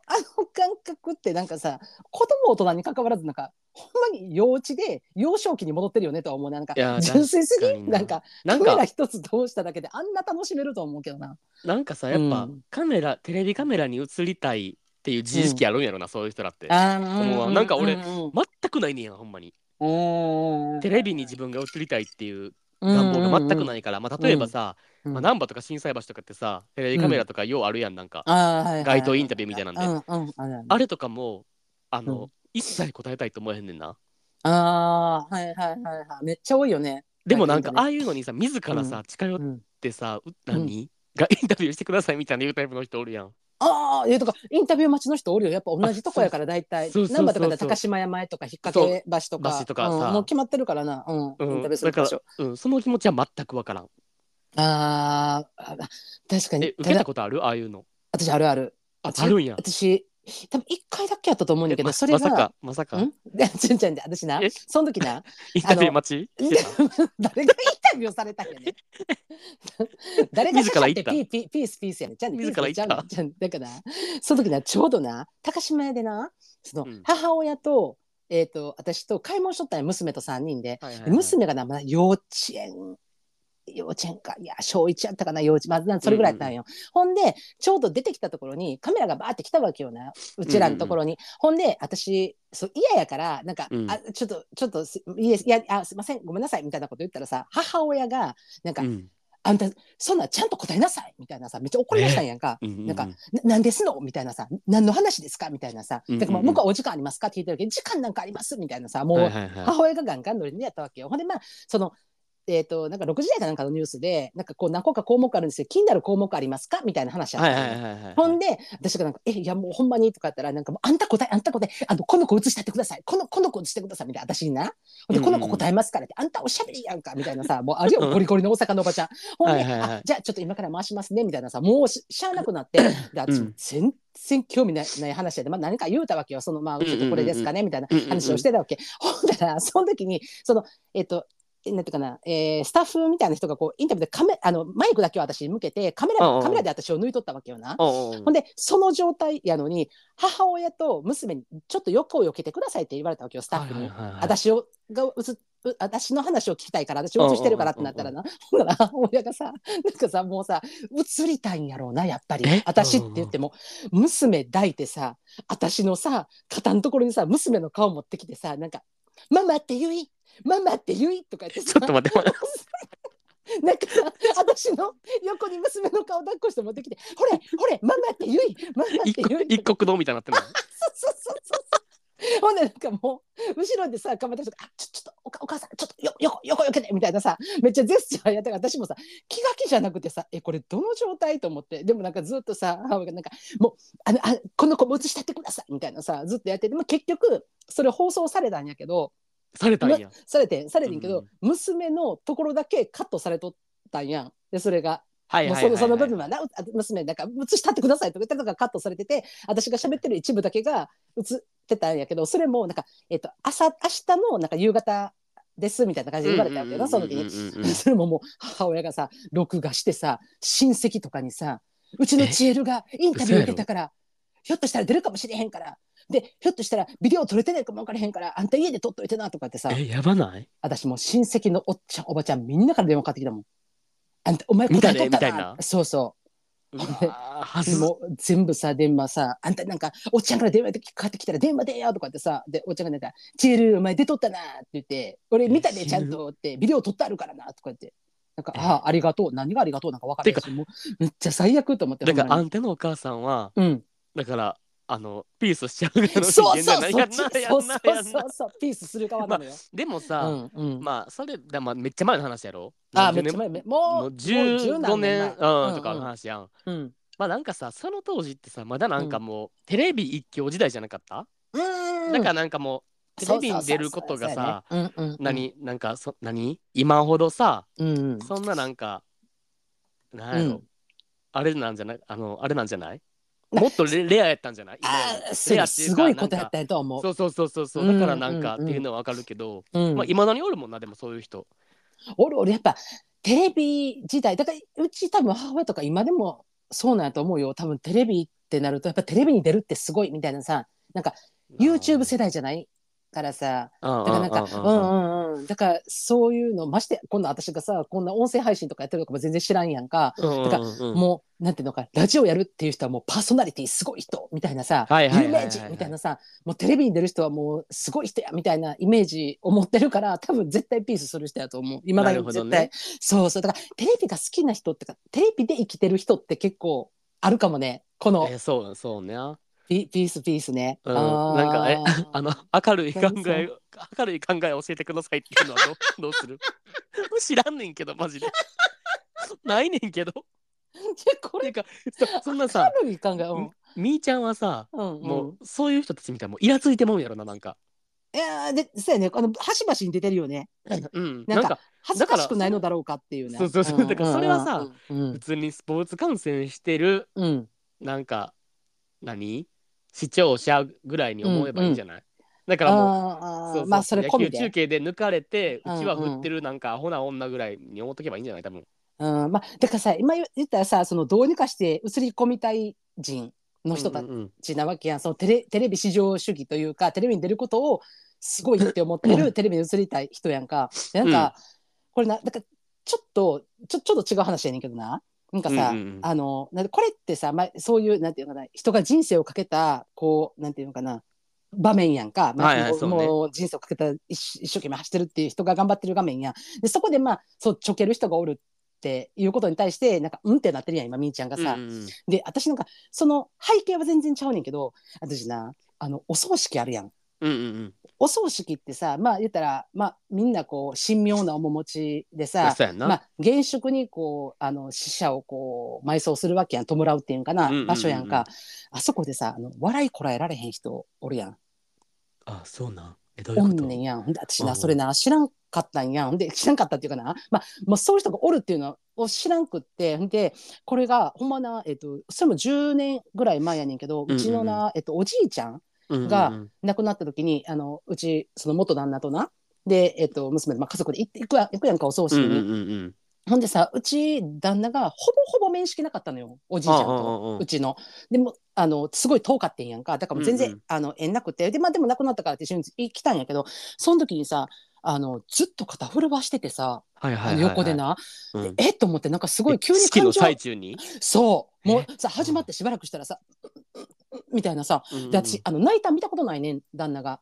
B: 感覚ってなんかさ子供大人に関わらずなんかほんまに幼稚で幼少期に戻ってるよねとは思うねなんか
A: いや
B: 純粋す
A: 確か
B: ぎ
A: にな
B: なんか
A: なん
B: カメラ
A: か
B: 一つ通しただけであんな楽しめると思うけどな。
A: なんかさやっぱ、
B: うん
A: カメラテレビカメラに映りたいっていう自意識あるんやろな、そういう人らって
B: あ
A: 思うわ
B: ー
A: なんか俺
B: うんうん
A: 全くないねんやほんまに
B: うんうん
A: テレビに自分が映りたいっていう
B: うん
A: 願望が全くないから、まあ、例えばさ、
B: うん
A: まあ、難波とか心斎橋とかってさテレビカメラとかようあるやんなんか、
B: あーはいはい
A: 街頭インタビューみたいなんで
B: うんうんあるある
A: あれとかもあの、
B: う
A: 一切答えたいと思えへんねんな
B: あーはいはいはいはいめっちゃ多いよね。
A: でもなんかあ
B: 街頭インタビュー
A: あいうのにさ自らさ、
B: う
A: 近寄っ
B: うん
A: てさう何、が インタビューしてくださいみたいな言うタイプの人おるやん
B: ああ、いうとか、インタビュー待ちの人おるよ。やっぱ同じとこやから、大体。
A: そうそうそう
B: 難波とかだったら高島屋前とか、引っ掛け橋とか。
A: 橋とか
B: うん
A: さ
B: もう決まってるからな。うん。
A: うん
B: インタビューする場所。
A: うん、その気持ちは全くわからん。
B: あーあ、確かに
A: え、。受けた
B: ただ
A: ことあるああいうの。
B: 私、あるある。
A: あ、
B: 私
A: あるんや。
B: 私、多分一回だけやったと思うんだけ
A: え
B: ど、
A: ま
B: それが。
A: まさか、まさか。
B: ん で、ちゅんちゃんで、私な
A: え、
B: その時な、
A: インタビュー待ちしてた
B: 誰がインタビューされたんやねん。 誰が
A: 自ら行った
B: ピーピーピースピースやねん。じゃあね
A: 自ら行った
B: じゃあねじゃあねだから、その時な、ちょうどな、高島屋でな、その
A: うん
B: 母親と、えっ、と、私と買い物しとったんや、娘と3人で。
A: はいはいはい
B: 娘がな、まだ幼稚園。幼稚園かいや小1やったかな幼稚まあなんそれぐらいやったんよ、ほんでちょうど出てきたところにカメラがバーって来たわけよなうちらのところに、ほんで私そう嫌やからなんか、
A: うん
B: あちょっとちょっとすいえいやあすいませんごめんなさいみたいなこと言ったらさ母親がなんか、
A: うん
B: あんたそんなんちゃんと答えなさいみたいなさめっちゃ怒りましたんやんか、
A: うんうんうん
B: なんかななんですのみたいなさ何の話ですかみたいなさ、
A: うんうんうん
B: だからもう向こうはお時間ありますかって聞いてるけど時間なんかありますみたいなさもう、
A: はいはいは
B: 母親がガンガン乗りにやったわけよ。ほんでまあそのえー、となんか6時台かなんかのニュースでなんかこう何個か項目あるんですけど気になる項目ありますかみたいな話
A: い。
B: あっ
A: は
B: た
A: い
B: のよ、
A: はいはいはい。
B: ほんで私がなんか「えいやもうほんまに?」とか言ったらなんかもう「あんた答えあんた答えあのこの子写してってくださいこのこの子写してください」みたいな私になほんで
A: う
B: 「
A: ん
B: こ
A: うんう
B: の
A: ん
B: 子答えますから」って「あんたおしゃべりやんか」みたいなさもうあるよゴリゴリの大阪のおばちゃんほんで、
A: はいはいはい
B: あじゃあちょっと今から回しますね」みたいなさもうししゃあなくなってで私も全然興味ないない話やで、まあ、何か言うたわけよそのまあちょっとこれですかねみたいな
A: うんうんうん
B: 話をしてたわけ、 ほんだらその時にそのえっ、となんていうかな、えースタッフみたいな人がこうインタビューでカメあのマイクだけを私に向けてカメラ
A: うんうん
B: カメラで私を抜いとったわけよな。
A: おうおう
B: ほんでその状態やのに母親と娘にちょっと横を避けてくださいって言われたわけよスタッフ
A: は
B: に。
A: いはいはいはい
B: 私をがうつう私の話を聞きたいから私を映してるからってなったらなほんなら母親がさなんかさもうさ映りたいんやろうなやっぱり
A: え
B: 私って言っても娘抱いてさ私のさ肩のところにさ娘の顔持ってきてさなんか「ママって言いママって言い」とか言って
A: ち
B: さ
A: ょっと待って待って。
B: なんかさ私の横に娘の顔抱っこして持ってきて「ほれほれママって言いママっ
A: 一
B: て 言
A: 国
B: い」
A: 一国道みたいになってる
B: そうそうそうそう。ほんでなんかもう後ろでさかまた人が「あちょちょっとおかお母さんちょっとよ横横よけて」みたいなさめっちゃジェスチャーやったから私もさ気が気じゃなくてさえこれどの状態と思ってでもなんかずっとさ母親がなんかもうあのあこの子も映したってくださいみたいなさずっとやってて、まあ、結局それ放送されたんやけど
A: されたんや。
B: されてされてんけど、
A: うん
B: 娘のところだけカットされとったんやんでそれが
A: はい
B: もう
A: はいはい
B: その
A: はい。
B: その部分はなうあ娘なんか映したってくださいとか言ったのがカットされてて私が喋ってる一部だけが映ってたんやけどそれもなんか、えっと朝明日のなんか夕方ですみたいな感じで言われたわけよなその時に。
A: に
B: それももう母親がさ録画してさ親戚とかにさうちのチエルがインタビュー受けたからひょっとしたら出るかもしれへんからでひょっとしたらビデオ撮れてないかも分からへんからあんた家で撮っといてなとかってさ
A: え、やばない
B: 私もう親戚のおっちゃんおばちゃんみんなから電話かかってきたもん。あんたお前答えとっ
A: 見たで
B: た
A: みたい
B: な
A: な
B: そうそう
A: うわーはず。
B: もう全部さ電話さあんたなんかおっちゃんから電話でかかってきたら電話でよとかってさでおっちゃんがなんか「チエルお前出とったな」って言って「俺見たで
A: え
B: ちゃんと」ってビデオ撮ってあるからなとか言って。なんか
A: え
B: ああありがとう何がありがとうなんか分から
A: て
B: ないもうめっちゃ最悪と思って
A: だから、
B: ほ
A: ア
B: ん
A: ンテのお母さんは、
B: まにうん
A: だから、あの、ピースしちゃうぐらいの人
B: そうそ
A: 間
B: う
A: じゃ
B: そ
A: ない
B: うそ
A: や
B: っ
A: ん
B: ち
A: なや
B: そうんそ
A: な
B: う
A: やん
B: そ
A: な
B: うそうピースする側なのよ、
A: でも
B: う
A: さ、
B: んうん
A: まあ、それ、だまあめっちゃ前の話やろ
B: ああめ
A: 何
B: っ
A: 十
B: ちゃ
A: 年
B: 前めも
A: も
B: う
A: う15年うん
B: 前
A: とかの話やん。
B: うんうん
A: まあなんかさその当時ってさまだなんかもうテレビ一強時代じゃなかった、
B: うん
A: だからなんかもうテレビに出ることがさ
B: そうそうそうそうやねうんうんうん
A: 何なんかそ何今ほどさ
B: うんうん
A: そんななんかなんやろ、
B: うん
A: あれなんじゃないあのあれなんじゃないもっと レレアやったんじゃない今よ
B: あ
A: り
B: あそ
A: レア
B: れ
A: ってい
B: す
A: うか
B: ごいことやったんやと思う
A: そうそうそうそうそうだからなんかっていうのはわかるけど、
B: うん
A: まあ、未だにおるもんなでもそういう人
B: 俺、俺やっぱテレビ時代、だからうち多分母親とか今でもそうなんやと思うよ。多分テレビってなると、やっぱテレビに出るってすごいみたいなさ、YouTube 世代じゃないからさ、だからなんか、うんうんうん。だからそういうの、まして、今度私がさ、こんな音声配信とかやってるとかも全然知らんやんか。
A: と
B: とかもう、なんていうのか、ラジオやるっていう人はもうパーソナリティすごい人みたいなさ、
A: はいはいはい
B: 有
A: はい
B: 名人みたいなさ、もうテレビに出る人はもうすごい人やみたいなイメージを持ってるから、多分絶対ピースする人やと思う。今だに絶対、
A: なる
B: そうそう。だからテレビが好きな人ってか、テレビで生きてる人って結構あるかもね。この
A: えーそうそうね。
B: ピピースピースね。
A: うん、
B: あー
A: なんかえあの明るい考
B: そう
A: え明るい考え教えてくださいっていうのはどうどうする 知らんねんけどマ ジでないねんけど
B: え こ
A: てい
B: れ
A: うかそそんなさ
B: 軽い考え。うん
A: みみーちゃんはさ
B: うん
A: も
B: う、
A: うんそういう人たちみたいなもうイラついてまうんやろななんか
B: いやーでそうやねあの端々に出てるよね
A: うん
B: な
A: なんん
B: か
A: か
B: 恥ずかしくないのだろうかっていうね
A: そうそうそうだからそれはさ、
B: うんうん
A: 普通にスポーツ観戦してる
B: うんうん、
A: なんか何視聴者ぐらいに思えばいいんじゃない、だからもう
B: あーあー
A: そうそう
B: まあそれ込み
A: 野球中
B: で、
A: 継で抜かれてう
B: うんうん
A: ちは振ってるなんかアホな女ぐらいに思っとけばいいんじゃない多分
B: うん、まあだからさ今言ったらさそのどうにかして映り込みたい人の人た
A: うんうん
B: ちなわけやん、そのテレテレビ至上主義というかテレビに出ることをすごいって思ってるテレビに映りたい人やんかでなんか、これななんかちょっとちょちょっと違う話やねんけどななんかさ、
A: うんうんうん
B: あのなんでこれってさ、まあ、そういうなんていうのかな人が人生をかけたこうなんていうのかな場面やんか、まあ
A: はいはい
B: もう
A: そうね
B: もう人生をかけた一一生懸命走ってるっていう人が頑張ってる画面やんでそこでまあそうちょける人がおるっていうことに対してなんかうんってなってるやん今みーちゃんが
A: う
B: さ、
A: んうんうん
B: で私なんかその背景は全然ちゃうねんけど私なあのお葬式あるやん
A: うんうんうん
B: お葬式ってさまあ言ったら、まあ、みんなこう神妙な面持ちでさ
A: そうやんな、
B: まあ、現職にこうあの死者をこう埋葬するわけやん弔うっていうんかな、
A: うんうんうんうん
B: 場所やんかあそこでさあの笑いこらえられへん人おるやん
A: あそうなんえどうい
B: お
A: うんこと
B: ねんやんほんで私
A: うんう
B: なんそれな知らんかったんやんほんで知らんかったっていうかな、まあ、まあそういう人がおるっていうのを知らんくってほんでこれがほんまな、えっとそれも10年ぐらい前やねんけどうちのな、
A: うん
B: えっとおじいちゃん
A: うんうんうん
B: が亡くなった時にあのうちその元旦那となで、えっと娘で、まあ、家族で行って行くや行くやんかお葬
A: うん
B: 式
A: う
B: に。
A: んうんうん
B: ほんでさうち旦那がほぼほぼ面識なかったのよおじいちゃんと
A: ああああああ
B: うちの。でもあのすごい遠かってんやんかだからもう全然、
A: うんうん
B: あの縁なくてで,、まあ、でも亡くなったからって一緒に来たんやけどその時にさあのずっと肩震わしててさ、
A: はいはいは
B: あ
A: い
B: の
A: はい
B: 横でな、
A: うん
B: でえっと思ってなんかすごい急
A: え
B: に
A: 式
B: 感
A: の
B: 情
A: 最中に
B: そうもう
A: え
B: さ始まってしばらくしたらさ、みたいなさで私
A: うん
B: あの泣いたん見たことないねん旦那が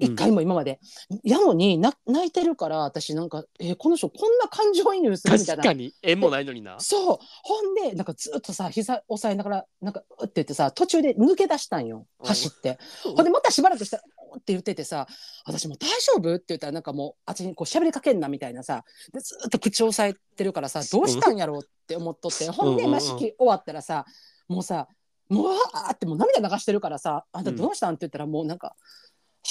A: うん
B: 一回も今まで、やのにな泣いてるから私なんか、えこの人こんな感情移入す
A: う
B: る
A: ん
B: みたい
A: 確か
B: な
A: に縁もないのにな
B: そうほんでなんかずっとさ膝押さえながらなんか「うっ」て言ってさ途中で抜け出したんよ
A: うん
B: 走って
A: うん
B: ほんでまたしばらくしたら「おーって言っててさ私もう大丈夫って言ったらなんかもうあっちにこう喋りかけんなみたいなさでずっと口を押さえてるからさどうしたんやろうって思っとってほんで
A: うんうんうん
B: まあ式終わったらさもうさもうわーってもう涙流してるからさ「あんたどうしたん?」って言ったらもうなんか「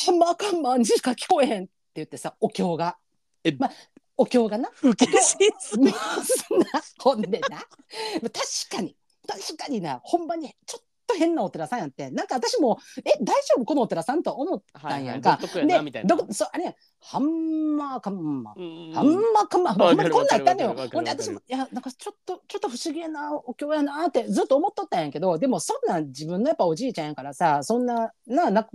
B: ハンマーカンマンしか聞こえへん」って言ってさお経が
A: え。
B: まあお経がな
A: 不謹慎
B: もうそんなほんでな確かに確かになほんまにちょっと変なお寺さんやってなんか私もえ大丈夫このお寺さんとは思ったんやんか、
A: はいはい独特やなみたいな
B: どこそうあれやハンマーカンマン
A: うん
B: ハンマーカンマンほんまにこんなんや
A: わか
B: ったの
A: る
B: よ
A: わか
B: ほ
A: る
B: んで
A: わかる
B: 私もいやなんかちょっとちょっと不思議やなお経やなってずっと思っとったんやけどでもそんなん自分のやっぱおじいちゃんやからさそんななな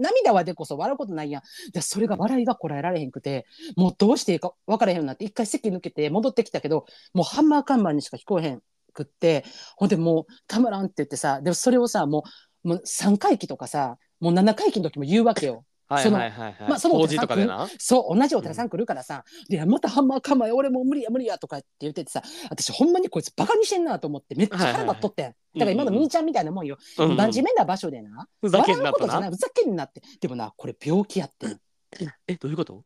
B: 涙はでこそ笑うことないやんでそれが笑いがこらえられへんくてもうどうしていいか分からへんようになって一回席抜けて戻ってきたけどもうハンマー看板にしか聞こえへんくってほんでもうたまらんって言ってさでもそれをさもうもう3回忌とかさもう7回忌の時も言うわけよ。
A: はいはいはいはい
B: まあその
A: 法事とかでな
B: そう同じお寺さん来るからさ「でまたハンマー構え俺もう無理や無理や」とかって言っててさ私ほんまにこいつバカにしてんなと思ってめっちゃ腹立っとってん、だから今のみーちゃんみたいなもんよ、
A: うんうん
B: 真面目な場所でな
A: ふざけ
B: 笑
A: んなっ
B: うこ
A: た
B: とじゃな
A: ない
B: ふざけんなってでもなこれ病気やってん
A: えどういうこと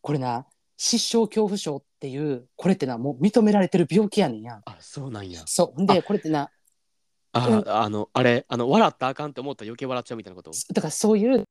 B: これな失笑恐怖症っていうこれってなもう認められてる病気やねんや
A: あそうなんや
B: そうほんでこれってな
A: ああのあれあの笑ったらあかんって思ったら余計笑っちゃうみたいなこと
B: だからそういう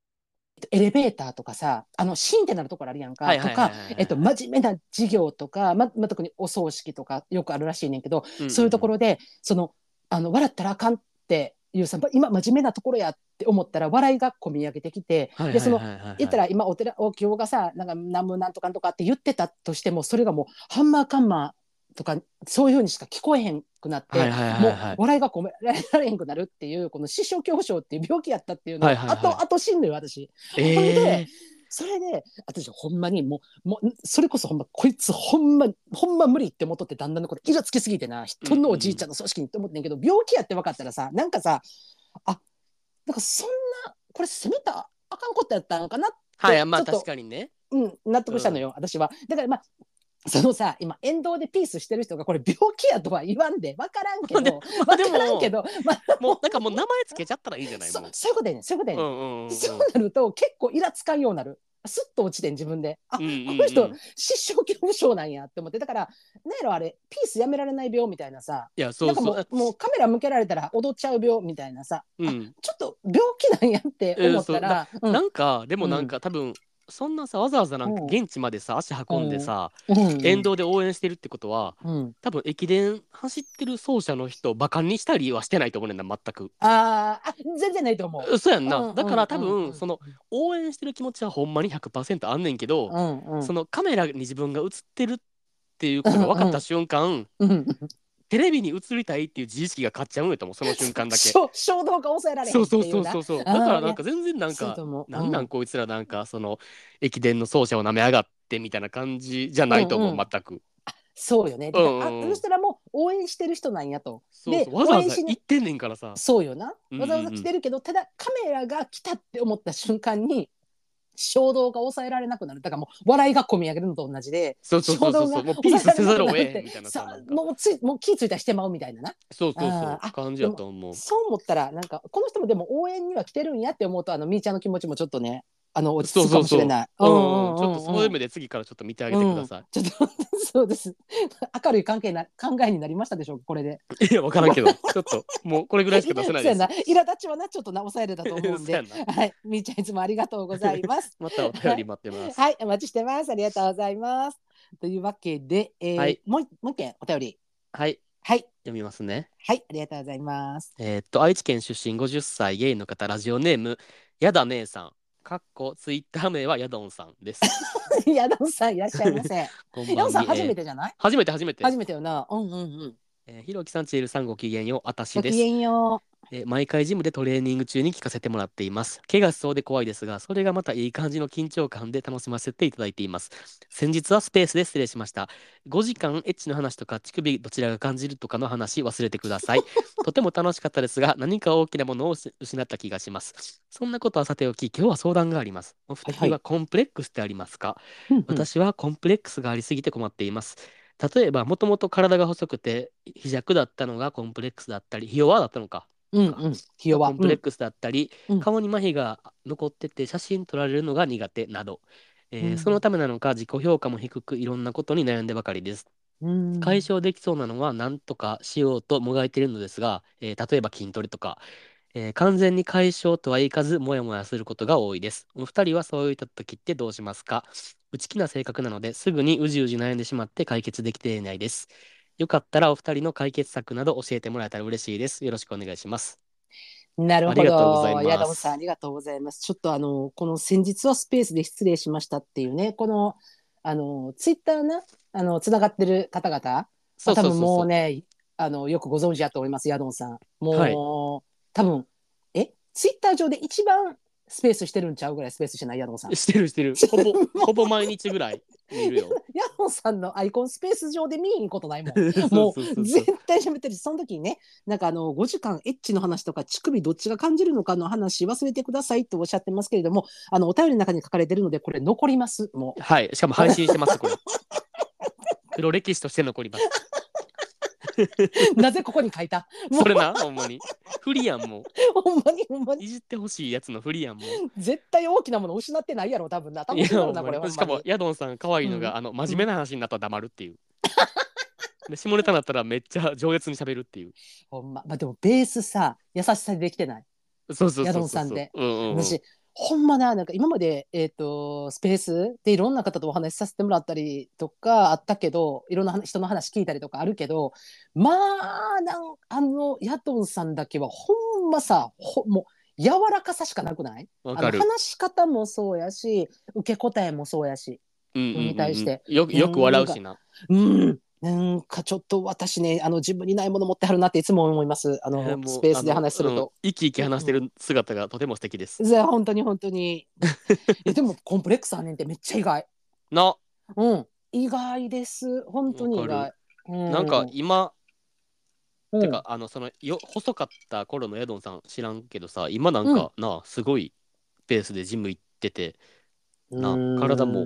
B: エレベーターとかさあのシーンってなるところあるやんか、
A: はいはいはいはいはい
B: とか、えっと、真面目な授業とか、まま、特にお葬式とかよくあるらしいねんけどそういうところで、その、あの、笑ったらあかんっていうさ今真面目なところやって思ったら笑いが込み上げてきて、
A: はいはいはいはい
B: でその言ったら今お寺お経がさなんか南無なんとかなんとかって言ってたとしてもそれがもうハンマーカンマーとかそういうふうにしか聞こえへんくなって、
A: はいはいはい
B: も
A: は
B: う
A: い
B: 笑いが込められへんくなるっていうこの視床恐怖症っていう病気やったっていうの
A: はいはいはい
B: あとあとしんどいよ私
A: え
B: ほん
A: え
B: でそれで私ほんまにもうもうそれこそほんまこいつほんまほんま無理って思っとって旦那のことイラつきすぎてな人のおじいちゃんの組織にって思ってんけど、病気やって分かったらさなんかさあなんかそんなこれ攻めたあかんことやったのかな
A: はいまあ
B: ちょっと
A: 確かにね
B: うん、納得したのよ、私は。だからまあそのさ今沿道でピースしてる人がこれ病気やとは言わんで分からんけど分
A: でも
B: からんけど、まあ、
A: もうなんかもう名前つけちゃったらいいんじゃない
B: そ
A: もう
B: そういうことやねんそういうことやねん、
A: うんうんうんうん
B: そうなると結構イラつかんようになるスッと落ちてん自分であ、
A: うんうんうん
B: この人失笑恐怖症なんやって思ってだから何やろあれピースやめられない病みたいなさ
A: いやそうそ
B: なん
A: う
B: かもうもうカメラ向けられたら踊っちゃう病みたいなさ
A: うん
B: ちょっと病気なんやって思ったら、うん
A: なんかでもなんか多分そんなさわざわざなんか
B: うん
A: 現地までさ足運んでさ
B: うん
A: 沿道で応援してるってことは
B: うん、
A: 多分駅伝走ってる走者の人をバカにしたりはしてないと思うねんな全く
B: あーあ全然ないと思う。
A: そうやん
B: うんうんうんう
A: なんだから多分その応援してる気持ちはほんまに100%あんねんけど
B: うんうん
A: そのカメラに自分が映ってるっていうことが分かった瞬間
B: うん
A: テレビに映りたいっていう自意識が勝っちゃうんやと思うその瞬間だけ
B: しょ衝動が抑えられへん
A: そう
B: って
A: そ
B: いうう
A: そう
B: な
A: そうそうだ
B: あー
A: からなんか全然なん
B: そうや
A: か
B: と思う
A: なんなん
B: う
A: こいつらなんかその駅伝の走者を舐め上がってみたいな感じじゃないと思う、
B: うんうん
A: 全く
B: そうよね。だ
A: う
B: から
A: んうん
B: あそしたらもう応援してる人なんやと。
A: そう
B: で
A: そうわざわ
B: 応援
A: ざ
B: し
A: 行
B: に
A: ってんねんからさ
B: そうよな。
A: うんうんう
B: わ
A: ん
B: ざわざ来てるけど、ただカメラが来たって思った瞬間に衝動が抑えられなくなる。だからもう笑いが込み上げるのと同じで。
A: そうそうそうそう
B: 衝
A: そ
B: 動
A: う
B: が
A: もうピースせざるを得へんみたいなさ
B: さ
A: なんか
B: もうついもう気ぃついたらしてまうみたいなな
A: そうそうそ
B: あー
A: う
B: あ
A: 感じやと思う
B: そう思ったらなんかこの人もでも応援には来てるんやって思うとあのみーちゃんの気持ちもちょっとねあの落ち着くかもしれない
A: うんうんち
B: うん
A: ょ
B: うん
A: っ
B: うん
A: とそういう目で次からちょっと見てあげてくださ
B: ちょっと そうです明るい関係な考えになりましたでしょうかこれで
A: い。いや、わからんけど、ちょっと、もうこれぐらいしか出せない です。
B: そうやイラ立ちはなちょっと直されたと思うん
A: そうや
B: で
A: な
B: はいみーちゃんいつもありがとうござい ます
A: またお便り待ってます。
B: はいお待ちしてますありがとうございますというわけで、えー
A: はい
B: もうもう一件お便り
A: はい、
B: はい
A: 読みますね。
B: はいありがとうござ います
A: えーっと愛知県出身50歳ゲイの方ラジオネームやだ姉さんかっこツイッター名はやどんさんです
B: ヤドンさんいらっしゃいま せヤ
A: こんばん
B: ドンさん
A: み
B: 初め
A: えー
B: てじ ゃない
A: 初めて初めて
B: 初めてよなうんうんうん
A: えーひろきさんちえるさんごきげんようあたし
B: ご
A: で
B: き
A: す
B: げんよ
A: えー毎回ジムでトレーニング中に聞かせてもらっています怪我しそうで怖いですがそれがまたいい感じの緊張感で楽しませていただいています先日はスペースで失礼しました5時間エッチの話とか乳首どちらが感じるとかの話忘れてくだ さいとても楽しかったですが何か大きなものを失失った気がしますそんなことはさておき今日は相談がありますお二
B: はい
A: 人
B: は
A: はコンプレックスってありますか、
B: う、うんうん
A: 私はコンプレックスがありすぎて困っています。例えば、もともと体が細くて肥弱だったのがコンプレックスだったり、ひ弱だったのか、
B: うんうんひよは
A: コンプレックスだったり、
B: うん
A: 顔に麻痺が残ってて写真撮られるのが苦手など、えー
B: うん
A: そのためなのか自己評価も低くいろんなことに悩んでばかりです。
B: うん
A: 解消できそうなのは何とかしようともがいているのですが、えー例えば筋トレとか、えー完全に解消とはいかずモヤモヤすることが多いです。お二人はそういった時ってどうしますか内気な性格なのですぐにうじうじ悩んでしまって解決できていないです。よかったらお二人の解決策など教えてもらえたら嬉しいです。よろしくお願いします。
B: なるほど。
A: ありがとうございます
B: ヤダオさん、ありがとうございます。ちょっとあの、この先日はスペースで失礼しましたっていうね、この、あの、ツイッターな、あの、つながってる方々、
A: そうそうそ
B: 多
A: う
B: 分
A: そう
B: もうね、あの、よくご存知だと思います、ヤドンさん。もう、
A: はい
B: 多分、え、ツイッター上で一番スペースしてるんちゃうぐらいスペースしてないヤドンさん。
A: してる してる。ほぼほぼ毎日ぐらい見るよ。
B: ヤドンさんのアイコンスペース上で見に行くこ とないもん。も
A: そうそそそ
B: 絶対喋ってるしその時にねなんかあの5時間エッチの話とか乳首どっちが感じるのかの話忘れてくださいとおっしゃってますけれどもあのお便りの中に書かれてるのでこれ残りますもう
A: はい、しかも配信してます、これ。黒歴史として残ります。
B: なぜここに書いたもう
A: それな、ほんまに。フリやんも
B: ほんまにほんま
A: う。
B: に
A: いじってほしいやつのフリやんもう。
B: 絶対大きなもの失ってないやろ多分な多分
A: いや
B: 失う
A: ほん
B: な
A: ま
B: これ
A: に
B: は
A: しかも、ヤドンさん、可愛いのが、
B: う
A: あの、真面目な話になったら黙るっていう。で下ネタになったらめっちゃ上越に喋るっていう。
B: ほんままあでもベースさ優しさでできてない
A: そうそうそうそう。
B: ヤドンさんで
A: うんうんうん。
B: 私ほんまななんか今まで、えー、とスペースでいろんな方とお話しさせてもらったりとかあったけどいろんな話人の話聞いたりとかあるけどまあなんあのヤトンさんだけはほんまさ、ほもう柔らかさしかなくない
A: わ
B: あ
A: か
B: の
A: る。
B: 話し方もそうやし、受け答えもそうやし。
A: うんうんうん
B: に対して
A: よくよく笑うしな。
B: うん。なんかちょっと私ね、あの自分にないもの持ってはるなっていつも思います。あの、
A: えーもう
B: スペースで話する
A: あのうん
B: と。
A: 生き生き話してる姿がとても素敵です。
B: いや本当に本 当に。えでもコンプレックスはねんってめっちゃ意外。
A: な、
B: うん。意外です。本当に意
A: わか
B: 外。う
A: なんか今、
B: うん
A: てか、あの、その、よ、細かった頃のヤドンさん知らんけどさ、今なんか、な、すごいペースでジム行ってて、な
B: うん
A: 体も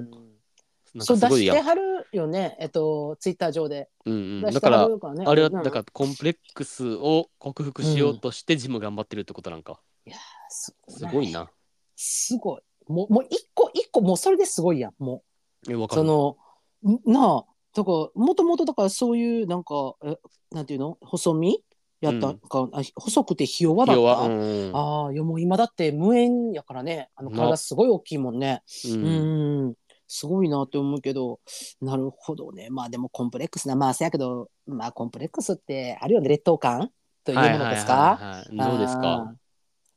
A: なん
B: そ
A: か
B: う
A: す
B: 出
A: ごい
B: し
A: やん
B: て。はるよね。えっと、ツイッター上で。
A: うんう
B: 出
A: ん。
B: し
A: だ
B: て
A: か
B: は
A: ら
B: る、からね。
A: あれは、
B: うん
A: だからコンプレックスを克服しようとしてジム頑張ってるってことなんか。
B: す
A: すごい。な。
B: すごい。もう、もう一個一個、もうそれですごいやん。も
A: え、わ
B: う、
A: か
B: そ
A: る。
B: の、んなあ、だから、もともとだからそういう、なんか、えなんていうの細身やった
A: うん
B: か、あ細くてひ弱だっ
A: 要は、
B: た。
A: うんうんうん。
B: ああ、いやもう今だって無縁やからね。あの
A: な
B: 体すごい大きいもんね。
A: う
B: うんん。すごいなって思うけど、なるほどね。まあでもコンプレックスな、まあせやけど、まあコンプレックスってあるよね、劣等感というものです
A: は
B: か
A: いはいはいはいどうです
B: あ
A: か
B: ー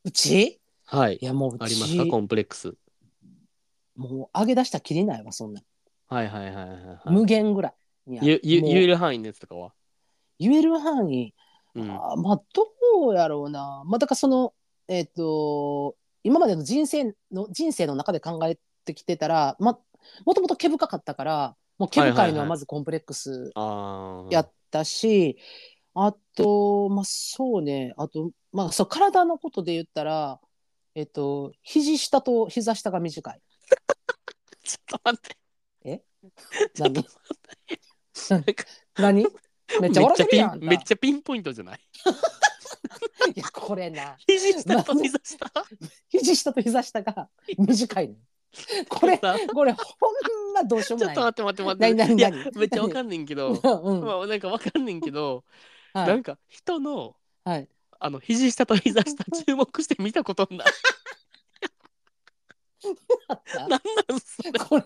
B: うち
A: はい
B: い。やもううち、
A: ありますかコンプレックス。
B: もう上げ出したきりないわ、そんな。
A: はいはいはいはいは
B: 無限ぐらいにあ
A: い。
B: る。
A: ゆゆ
B: もう
A: 言える範囲のやつとかは。
B: 言える範囲、
A: うん。
B: あーまあどうやろうな。まあだからその、えっ、と、今までの人生の人生の中で考えてきてたら、ま、もともと毛深かったから、もう毛
A: はい
B: 深
A: はいい
B: の
A: は
B: はいまずコンプレックス
A: ああ。
B: やったし、あと、まあそうね、あと、まあそう、体のことで言ったら、えっ、と、肘下と膝下が短い。
A: ちょっと待って。
B: え
A: ちょ っと待って。
B: 何めっちゃ笑ってるやん。あん
A: めっちゃピンめ
B: た
A: っちゃピンポイントじゃない。
B: いや、これな。
A: 肘下と膝下。
B: 肘下と膝下が短いの。 これ、
A: さ
B: これ、ほんまどうしよう
A: ち
B: も
A: ょ
B: な
A: っ
B: い
A: と。待って待って待って。
B: 何何
A: いや
B: 何
A: めっちゃわかんねんけど。
B: うんうん
A: まあなんかわかんねんけど、
B: は
A: なん
B: い。
A: か人の
B: はい。
A: あの肘下と膝下注目して見たこと ない。なんなんそれ。
B: これ、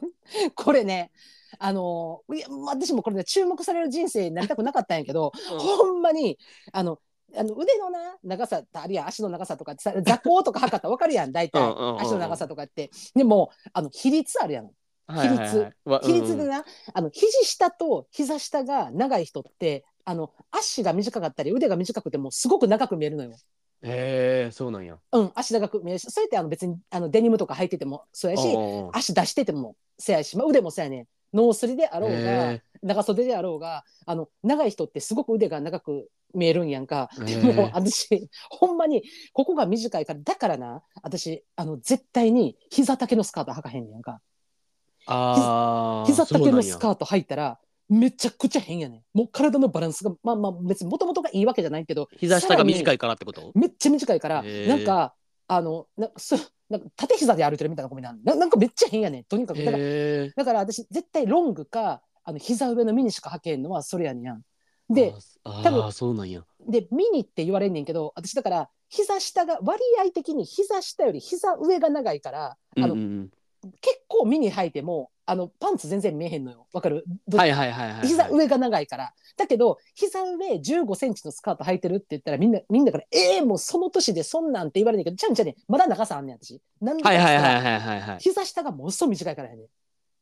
B: これね、あのー、いや、まあ私もこれね、注目される人生になりたくなかったんやけど、ほんまに、あの、あの腕のな長さあるいは足の長さとかってさ座高とか測ったら分かるやん大体
A: うんうんうんうん
B: 足の長さとかってでもあの比率あるやん
A: はいはいはいわうん
B: 比率でな、あの肘下と膝下が長い人ってあの足が短かったり腕が短くてもすごく長く見えるのよ。
A: へえそうなんや。
B: うん、足長く見えるしそれってあの別にあのデニムとか履いててもそうやし
A: うんうんうん
B: 足出しててもせやし、まあ、腕もそうやねんノースリであろうが
A: へ
B: 長袖であろうがあの長い人ってすごく腕が長く見えるんやんか。
A: え
B: で
A: へ
B: も
A: え
B: 私ほんまにここが短いからだからな私あの絶対に膝丈のスカート履かへんねやんか。
A: あー
B: 膝
A: そう
B: 丈
A: なん
B: の
A: や
B: スカート履いたらめちゃくちゃ変やねんもう体のバランスがまあまあ別にもともとがいいわけじゃないけど
A: 膝下が
B: さ
A: 短
B: ら
A: いからってこと
B: にめっちゃ短いから
A: へー
B: なんかあのなんかそなんか縦膝で歩いてるみたいな子もいなんななんかめっちゃ変やねんとにかくだから
A: へえ
B: だから私絶対ロングかあの膝上のミニしか履けへんのはそれやねんやんで
A: あ
B: 多
A: ー
B: 分
A: そうなんや
B: でミニって言われんねんけど私だから膝下が割合的に膝下より膝上が長いからあ
A: うん
B: の、
A: うんうん
B: 結構ミニ履いてもあのパンツ全然見えへんのよわかるどっち
A: はいはいはいはいはい
B: 膝上が長いから。だけど、膝上15センチのスカート履いてるって言ったら、みんな、みんなから、ええもうその年でそんなんって言われるけど、ちゃうんちゃうねん。まだ長さあんねん、私。なんでか
A: は
B: っ
A: い
B: つった
A: はい
B: ら
A: はいはいはいはい
B: 膝下がものすごい短いからやねん。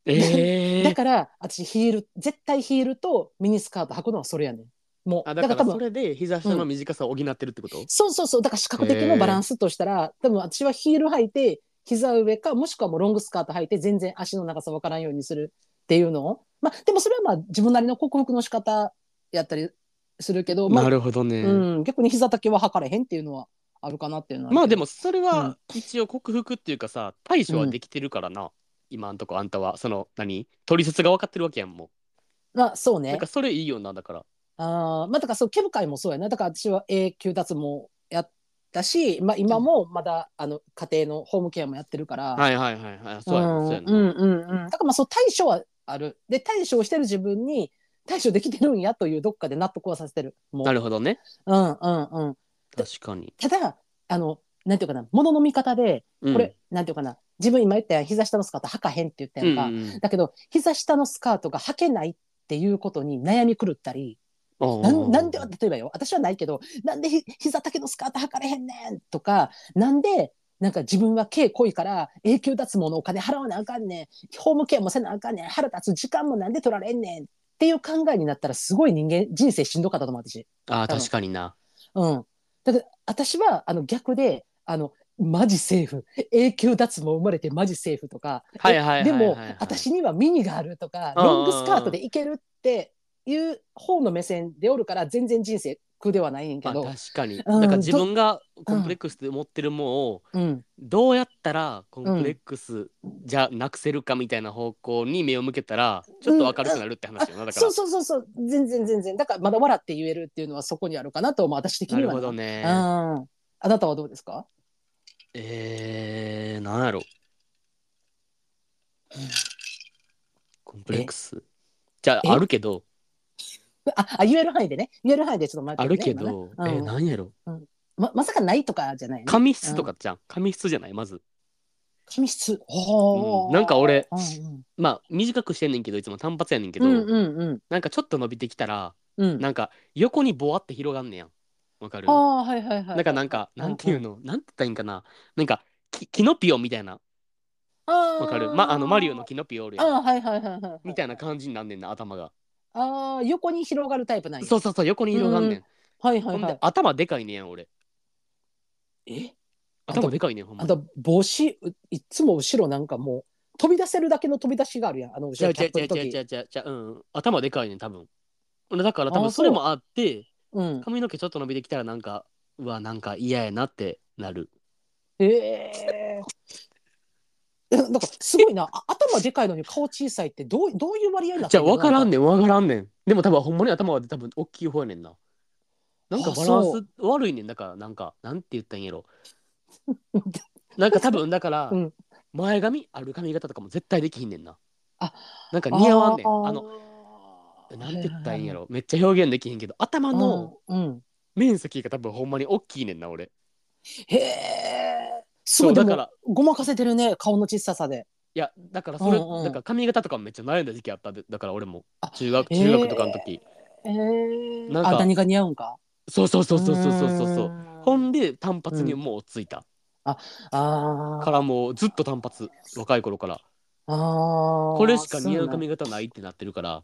A: え
B: だ
A: え
B: から、私、ヒール、絶対ヒールとミニスカート履くのはそれやねん。もう、
A: あだから
B: 多
A: そ
B: 分、
A: れで膝下の短さを補ってるってこと
B: そうそうそう、だから視覚的なバランスとしたら、多分私はヒール履いて、膝上か、もしくはもうロングスカート履いて、全然足の長さわからんようにするっていうのを。まあ、でもそれはまあ、自分なりの克服の仕方やったりするけど、まあ
A: な、るほどね
B: うん、逆に膝丈は測れへんっていうのはあるかなっていうのは。
A: まあでもそれは一応克服っていうかさ対処はできてるからな今んとこあんたはその何取説が分かってるわけやんも
B: まあそう
A: うなん
B: ね
A: か。それいいよなだから
B: あーまあだからそう毛深いもそうやな。だから私は永久脱毛やったし、まあ今もまだあの家庭のホームケアもやってるから。
A: はいはいはいはいそうやなそうや
B: ん
A: な
B: うんうんうん。だからまあそう対処はある。で対処をしてる自分に対処できてるんやというどっかで納得はさせてる。もう
A: なるほどね
B: うんうんうん。
A: 確かに
B: ただあのなんていうかな物の見方で
A: こ
B: これ、なんていうかな自分今言ったやん膝下のスカート履かへんって言ったやんか。だけど膝下のスカートが履けないっていうことに悩み狂ったり、なんなんで例えばよ私はないけどなんでひ膝丈のスカート履かれへんねんとかなんでなんか自分は毛濃いから永久脱毛のお金払わなあかんねんホームケアもせなあかんねん腹立つ時間もなんで取られんねんっていう考えになったらすごい人間人生しんどかったと思う私。
A: ああ
B: 多分
A: 確かにな。
B: うん、だから私はあの逆であのマジセーフ永久脱毛生まれてマジセーフとか、
A: はいはいはいはい
B: でも
A: はいはい
B: 私にはミニがあるとか
A: うんうんうん
B: ロングスカートでいけるっていう方の目線でおるから全然人生苦ではないんや
A: まあ
B: けど、
A: 確かに。
B: うん
A: なんか自分がコンプレックスで持ってるものを
B: うん、
A: どうやったらコンプレックスじゃなくせるかみたいな方向に目を向けたらちょっと明るくなるって話よなだか
B: そ
A: ら
B: う。そうそうそう全然全然だからまだ笑って言えるっていうのはそこにあるかなと思う私的
A: な
B: に
A: る
B: は
A: ほ
B: な
A: ど
B: う
A: ね
B: ん、。あなたはどうですか
A: えー、なんやろコンプレックス。じゃ
B: え
A: ああるけど
B: ああ言える範囲でね言える範囲でちょっと待
A: あ
B: っ
A: る
B: て、ね、
A: けど、
B: 今ね
A: え
B: うん
A: なんやろ
B: ままさかないとかじゃない、ね、
A: 紙質とかじゃん紙質じゃないまず。
B: 髪質おー
A: うんなんか俺
B: うんうん
A: まあ短くしてんねんけどいつも単発やねんけ
B: う
A: ど、
B: んうん
A: なんかちょっと伸びてきたら
B: うんうん
A: なんか横にぼわって広がんねやんわかる
B: あ
A: な
B: あはいはいはい
A: んかなんか
B: うんうん
A: なんていうのなんて言ったらいいんかななんかキキノピオみたいなわ
B: わ
A: かるまあのマリオのキノピオおる
B: あ
A: やん
B: あはいはいはいはい
A: みたいな感じになんねんな頭が
B: ああ横に広がるタイプなんや
A: そうそうそう横に広がんねん
B: はいは
A: ほん
B: いは
A: で
B: い
A: 頭でかいねやん俺
B: え
A: 頭でかいねんほんま
B: あん
A: に
B: た帽子ういっつも後ろなんかもう飛び出せるだけの飛び出しがあるやんあの後
A: ちゃ
B: ろ
A: うち
B: キ
A: ゃ
B: ャ
A: う
B: ッ
A: ち
B: プ
A: ゃ
B: の
A: うちゃう
B: 時
A: ちゃうちゃうちゃううん頭でかいねん多分俺だから多
B: あ
A: 分
B: ー
A: それもあって
B: うん
A: 髪の毛ちょっと伸びてきたらなんかうわなんか嫌やなってなる
B: えええなんかすごいなあ頭でかいのに顔小さいってどうどういう割合になって
A: じゃあ分からんね
B: ね
A: ん分からんねんでも多分ほんまに頭は多分大きい方やねんななんか
B: あ
A: バラン
B: そ
A: ス悪いねんだからなんかなんて言ったん やろなんか多分だから、
B: うん
A: 前髪ある髪型とかも絶対できひんねんな
B: あ
A: なんか似合わんねんあの
B: の
A: なんて言ったんやろめっちゃ表現できひんけど頭の
B: うんうん
A: 面積が多分ほんまに大きいねんな俺
B: へえ。す
A: そ
B: ご
A: う
B: いで
A: だか
B: も
A: ら
B: ごまかせてるね顔の小ささで。
A: いやだからそれ、
B: うんうん
A: だから髪型とかもめっちゃ悩んだ時期あったでだから俺も
B: あ
A: 中学
B: へー
A: 中学とかの時、
B: ええ
A: なんか
B: あ何が似合うんか。
A: そうそうそうそうそうそうそうそうほ
B: ん
A: んで単発にもう落ち着いた、
B: あー
A: からもうずっと単発若い頃から
B: あー。
A: これしか似合う髪型ないってなってるから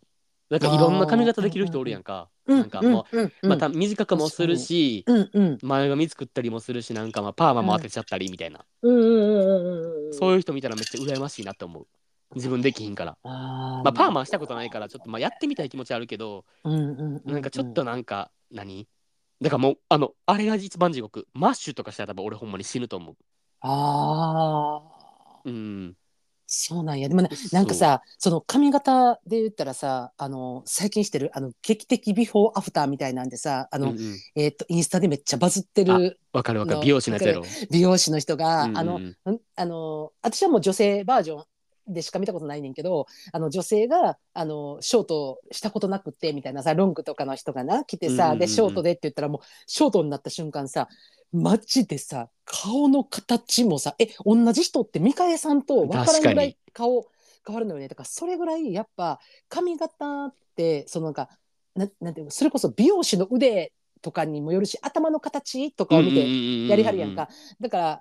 A: なんかいろんな髪型できる人おるやんか
B: そう
A: なんかも
B: うんうん
A: うまた短くもするし
B: うんうん
A: 前髪作ったりもするしなんかまあパーマも当てちゃったりみたいな
B: うんうんうんうん。
A: そう
B: いう。
A: いう人見たらめっちゃ羨ましいなって思う自分できひんから
B: あ
A: まあパーマはしたことないからちょっとまあやってみたい気持ちあるけど
B: ー。うんうんう。
A: なんかちょっと。なんか何だからもうあのあれが一番地獄マッシュとかしたら多分俺ほんまに死ぬと思
B: ああ。
A: ううん
B: そうなんやでもななんかさその髪型で言ったらさあの最近してるあの劇的ビフォーアフターみたいなんでさあ
A: うん
B: の、
A: うん
B: えっ、とインスタでめっちゃバズってる
A: わかるわかる
B: の
A: 美容師のやつやろ
B: 美容師の人が、
A: うんうんうん
B: あの、んあの、私はもう女性バージョンでしか見たことないねんけど、あの女性が、あの、ショートしたことなくって、みたいなさ、ロングとかの人がな、来て
A: うんうん
B: さ、
A: うん
B: で、ショートでって言ったらもう、ショートになった瞬間さ、マジでさ、顔の形もさ、え、同じ人って、ミカエさんと分からんぐ
A: 確からに
B: い顔変わるのよね。だから、それぐらい、やっぱ、髪型って、そのなんか、ななんていうの、それこそ美容師の腕とかにもよるし、頭の形とかを見て、やりはるやんか。だから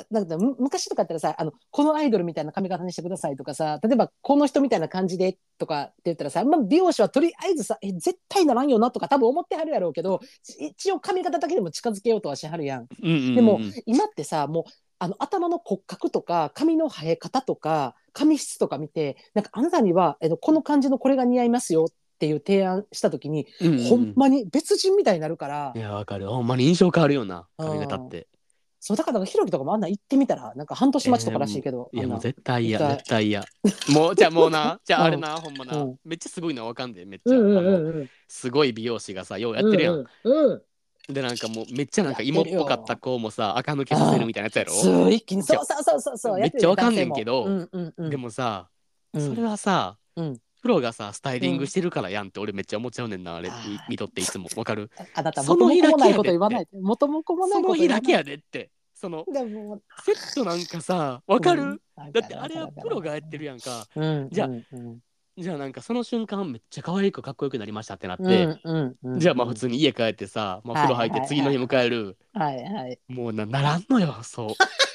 B: あなんかむ昔とかやったらさあのこのアイドルみたいな髪型にしてくださいとかさ例えばこの人みたいな感じでとかって言ったらさ、まあ、美容師はとりあえずさえ絶対ならんよなとか多分思ってはるやろうけど一応髪型だけでも近づけようとはしはるやん。
A: うんうんうん
B: でも、
A: うんうん
B: 今ってさもうあの頭の骨格とか髪の生え方とか髪質とか見てなんかあなたにはえのこの感じのこれが似合いますよっていう提案した時に、
A: うんうんうん
B: ほんまに別人みたいになるから
A: い。やわかるほんまに印象変わるよな髪型って
B: そうだからなんかひろきとかもあんなん行ってみたらなんか半年待ちとからしいけど、
A: いや
B: あん
A: も
B: なん
A: う絶対嫌
B: 一回
A: 絶対嫌もうじゃあもう なじゃああ
B: うん
A: れなほんまな
B: うん
A: めっちゃすごいのわかんでめっち
B: う
A: ゃあ
B: んうんう
A: の
B: んうん
A: すごい美容師がさようやってるやん
B: うんうん
A: でなんかもうめっちゃなんか
B: や
A: 芋
B: っ
A: って
B: るよ
A: ぽかった子もさ垢抜けさせるみたいなやつやろ
B: そう一気にそうそうそうそうそう
A: めっちゃわかんねんけど
B: やってるよ男性もうんうんうん
A: でもさ
B: うん
A: それはさ
B: うん
A: プロがさスタイリングしてるからやんって俺めっちゃ思っちゃうねんなあれ
B: あー
A: み見とっていつもわかる
B: あなた
A: そ
B: 元
A: の
B: も
A: 日
B: 子
A: だけやで
B: もないこと言わない元も子もな
A: そ
B: いこ
A: の
B: と
A: 日
B: 言わ
A: だ
B: ない
A: けやでってその
B: でも
A: セットなんかさわかる
B: わか
A: だってあれはプロがやってる
B: や
A: やんか
B: ん
A: じゃあ
B: うんうん
A: じゃあなんかその瞬間めっちゃ可愛くかっこよくなりましたってなって、
B: うんうんうん、
A: じゃあまあ普通に家帰ってさ、まあ、風呂入って次の日迎える、
B: はいはい
A: もうなならんのよそう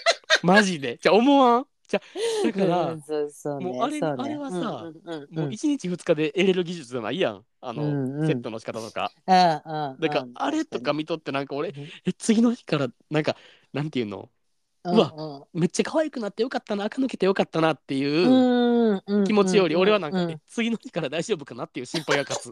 A: マジでじゃあ思わんじゃあだから、
B: うんそうそうね
A: もうあれ
B: そうね
A: あれはさ
B: うんうん
A: もう
B: うん
A: 1日2日で得れる技術じゃないやんあの、
B: うんうん
A: セットの仕方とか
B: うんうん
A: だから
B: うん
A: あれとか見とってなんか俺
B: 確かに
A: え次の日からなんかなんていうの
B: うん
A: うわめっちゃ可愛くなってよかったな垢抜けてよかったなっていううん
B: うんうん
A: 気持ちより俺はなんか、
B: う
A: え次の日から大丈夫かなっていう心配が勝つ。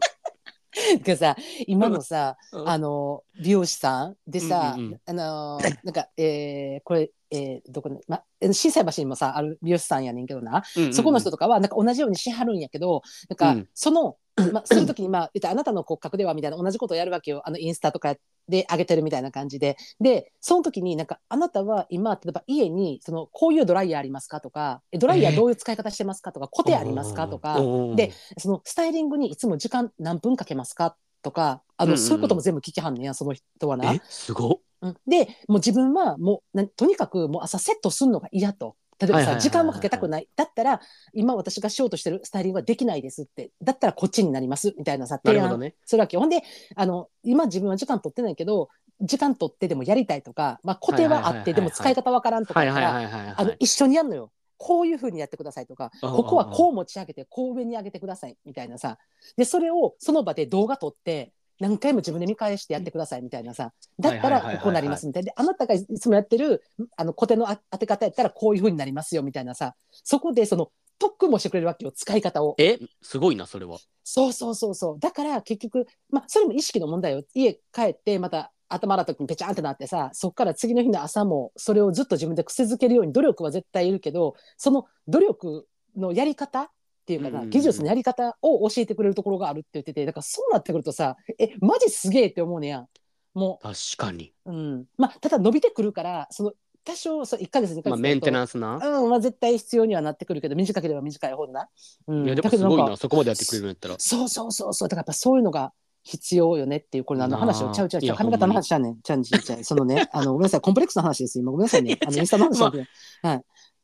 B: てかさ今のさ、
A: うん
B: あの美容師さんでさ、
A: うんうんうん
B: あのーなんか、えー、これ、えー、どこに、ま、えー震災橋にもさある美容師さんやねんけどな、
A: うんうんうん
B: そこの人とかはなんか同じようにしはるんやけどなん
A: う
B: か
A: ん
B: その、ま あ、する時に、まあ、言ったらあなたの骨格ではみたいな同じことをやるわけよあのインスタとかで上げてるみたいな感じででその時になんかあなたは今例えば家にそのこういうドライヤーありますかとかえドライヤーどういう使い方してますかとかコテありますかとか。
A: うん
B: でそのスタイリングにいつも時間何分かけますかとかあの、
A: うんうんうん
B: そういうことも全部聞きはんねやその人はな
A: え。すごっ
B: うんでもう自分はもうなとにかくもう朝セットすんのが嫌と。例えば
A: はいはいはいは
B: さ
A: い
B: 時間もかけたくないだったら今私がしようとしてるスタイリングはできないですってだったらこっちになりますみたいなさ
A: な
B: 提
A: るほど
B: 案
A: ね。
B: するわけよほんであの今自分は時間取ってないけど時間取ってでもやりたいとか、まあ、固定はあってでも使い方わからんとか
A: はい
B: だった
A: はいは
B: ら
A: いはいはい。
B: あの一緒にやるのよ。こういうふうにやってくださいとか、
A: うん
B: ここはこう持ち上げて、こう上に上げてくださいみたいなさ。で、それをその場で動画撮って、何回も自分で見返してやってくださいみたいなさ。だった
A: はい
B: ら
A: はいはいはいはい
B: こうなりますみたいな。で、あなたがいつもやってる、あの、小手のあ当て方やったらこういうふうになりますよみたいなさ。そこでその、特訓もしてくれるわけよ、使い方を。
A: えすごいなそれは。
B: そうそうそうそう。だから結局、まあ、それも意識の問題よ。家帰って、また頭洗った時にぺちゃんってなってさ、そっから次の日の朝も、それをずっと自分で癖づけるように努力は絶対いるけど、その努力のやり方っていうか
A: うんうん
B: な、
A: うん
B: 技術のやり方を教えてくれるところがあるって言ってて、だからそうなってくるとさ、え、マジすげえって思うねやん。も
A: 確かに。
B: う、うん。まあ、ただ伸びてくるから、その、多少、そう、1ヶ月、2ヶ月だと。
A: まあメンテナンスな。
B: うん、まあ、絶対必要にはなってくるけど、短ければ短いほどな。うん、
A: いやで
B: だ
A: も
B: け
A: す
B: どん
A: ごい
B: か
A: なそこまでやってくれるんやったら。
B: そうそうそうそうだからやっぱそういうのが必要よねっていうこれあ
A: な
B: の
A: あ
B: 話をちゃうちゃうちゃう
A: いや
B: 髪型の話ちゃうねんちゃんじいちゃんその ねあのごめんなさいコンプレックスの話です今ごめんなさいねあのインスタの話じゃなくて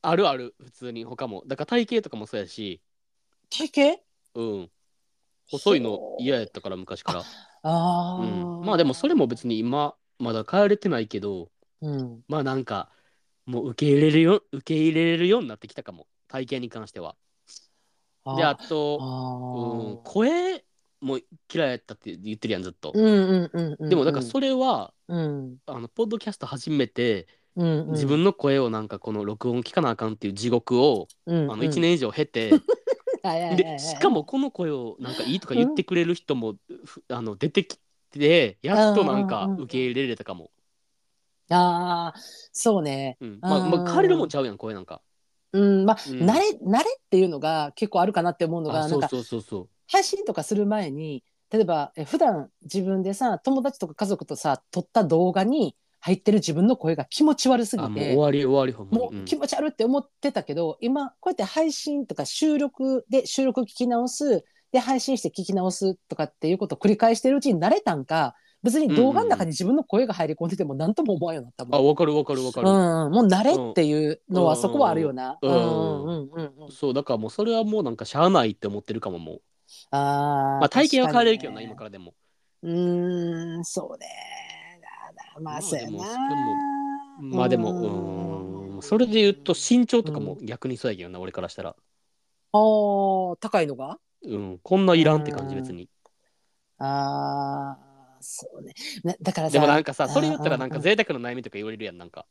A: あるある普通に他もだから体型とかもそうやし
B: 体型
A: うん細いの嫌やったから昔から。
B: あ
A: う
B: あ、
A: ん、まあでもそれも別に今まだ変えれてないけど
B: うん
A: まあなんかもう受け入れるよ受け入れれるようになってきたかも体型に関しては。
B: あ
A: であ
B: ー
A: とうん、
B: あー
A: 声も嫌いやったって言ってるやんずっと。
B: うんうんうんうん
A: でもだからそれは、
B: うん
A: あのポッドキャスト初めて
B: うんうん
A: 自分の声をなんかこの録音聞かなあかんっていう地獄を、あの1年以上経 て、でしかもこの声をなんかいいとか言ってくれる人も、ふあの出てきてやっとなんか
B: うんうんうん
A: 受け入れれたかも、
B: ああーそうね
A: うんまあ、ま
B: あ
A: あ
B: ー
A: 変われるもんちゃうやん声なんか、
B: うんまあ、
A: うん
B: 慣れ慣れっていうのが結構あるかなって思うのが
A: あ
B: な
A: そ
B: ん
A: う
B: か
A: そうそうそう
B: 配信とかする前に例えばえ普段自分でさ友達とか家族とさ撮った動画に入ってる自分の声が気持ち悪すぎ
A: あもう
B: て
A: 終
B: も
A: わり終わりほん
B: う
A: まに、うん
B: 気持ち悪いって思ってたけど、今こうやって配信とか収録で収録聞き直すで配信して聞き直すとかっていうことを繰り返してるうちに慣れたんか別に動画の中に自分の声が入り込んでても何とも思わんようになったもん。
A: あわかるわかるわかる、
B: うん、もう慣れっていうのはそこはあるよな。
A: うん
B: うんうんうんうん
A: そうだからもうそれはもうなんかしゃあないって思ってるかももう、
B: あー
A: まあ、体型は変えれるけどな、
B: 確かにね
A: 今からでも
B: うーん、そうね。だなま
A: ま
B: あ、
A: あ
B: そうや
A: でも
B: な
A: それ。まあでもうーんそれで言うと身長とかも逆にそうやけどな、俺からしたら、
B: あー高いのが
A: うん、こんないらんって感じ別に
B: ああ、そうね。なだからさ、
A: でもなんかさそれ言ったら
B: うんう
A: なんんか贅沢な悩みとか言われるやんなんか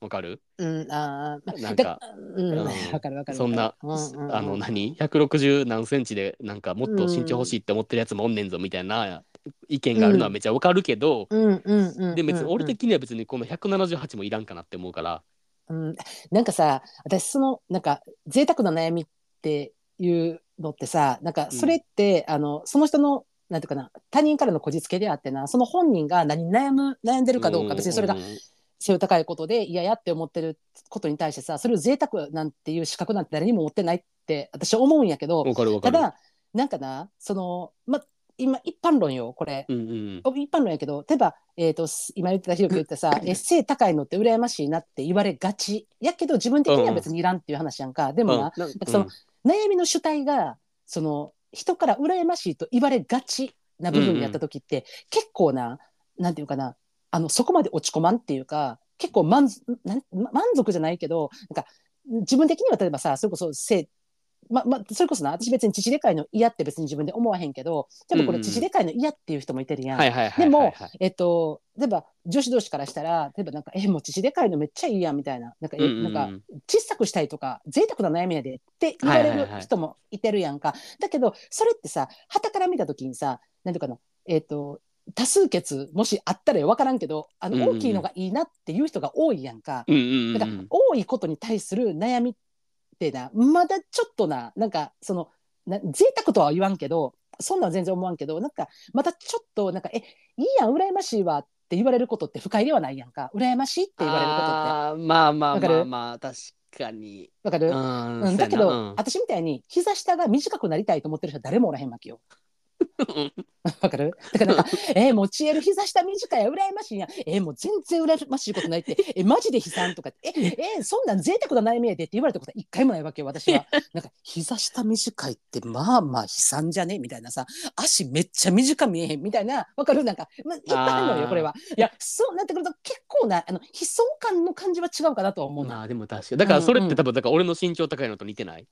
A: わかる
B: うん、あー
A: なん
B: だ
A: か
B: うん、
A: うん
B: わかるわかる。
A: そんな、
B: ううう
A: あの何160何センチでなんかもっと身長欲しいって思ってるやつもおんねんぞみたいな意見があるのはめちゃわかるけど、
B: うんうんうんうん、
A: で別に俺
B: 的
A: 的には別にこの178もいらんかなって思うから、
B: うん、 なんかさ私そのなんか贅沢な悩みっていうのってさなんかそれって、あのその人のなんていうかな他人からのこじつけであってなその本人が何に悩む悩んでるかどうか別にそれが
A: うん
B: 背高いことで嫌やって思ってることに対してさそれを贅沢なんていう資格なんて誰にも持ってないって私は思うんやけど
A: わかるわか
B: た
A: る
B: だなんかなそのま今一般論よこれ
A: うんうん
B: 一般論やけど例えば、えー、とす今言ってたひろき言ってたさえ背高いのって羨ましいなって言われがちやけど自分的には別にいらんっていう話やんか、で
A: うん
B: もな、
A: なん
B: その悩みの主体がその人から羨ましいと言われがちな部分にやった時って、結構ななんていうかなあのそこまで落ち込まんっていうか結構満足なん満足じゃないけどなんか自分的には例えばさそれこそ性ままそれこそな私別に父でかいの嫌って別に自分で思わへんけどでもこ
A: うんう
B: れ
A: ん
B: 父でかいの嫌っていう人もいてるやん。
A: はいはいはいはいはい。
B: でもえっと、例えば女子同士からしたら例えばなんか「えもう父でかいのめっちゃいいやん」みたいななんか,、
A: うんうんう
B: なんんか小さくしたいとか贅沢な悩みやでって言わ
A: はい
B: れ
A: はいは
B: る
A: い
B: 人もいてるやんか、だけどそれってさはたから見た時にさ何ていうかなえっ、と多数決もしあったら分からんけどあ
A: うんうん
B: の
A: うん
B: 大きいのがいいなっていう人が多いやんか、
A: うんうんうん
B: だから多いことに対する悩みってなまだちょっとななんかそのな贅沢とは言わんけどそんなんは全然思わんけどなんかまたちょっとなんか「えいいやん羨ましいわ」って言われることって不快ではないやんか羨ましいって言われることって
A: あーまあまあ
B: わか
A: まあ
B: る
A: まあ確かに。
B: わかる、
A: うん
B: うん、だけど、
A: うん
B: 私みたいに膝下が短くなりたいと思ってる人は誰もおらへん わけよ。わかるだからなんか 「えー、もうちえる膝下短いや羨ましいやんえー、もう全然羨ましいことない」って 「えー、マジで悲惨」とかって「ええー、そんなん贅沢な悩みやで」って言われたことは一回もないわけよ 私は。なんか膝下短いってまあまあ悲惨じゃねみたいなさ足めっちゃ短見えへんみたいなわかるなんか、まあ、いっぱいあるの
A: あー
B: よこれは。いやそうなってくると結構なあの悲壮感の感じは違うかなとは思うな。
A: まあでも確かに。だからそれって多分だから俺の身長高いのと似てない。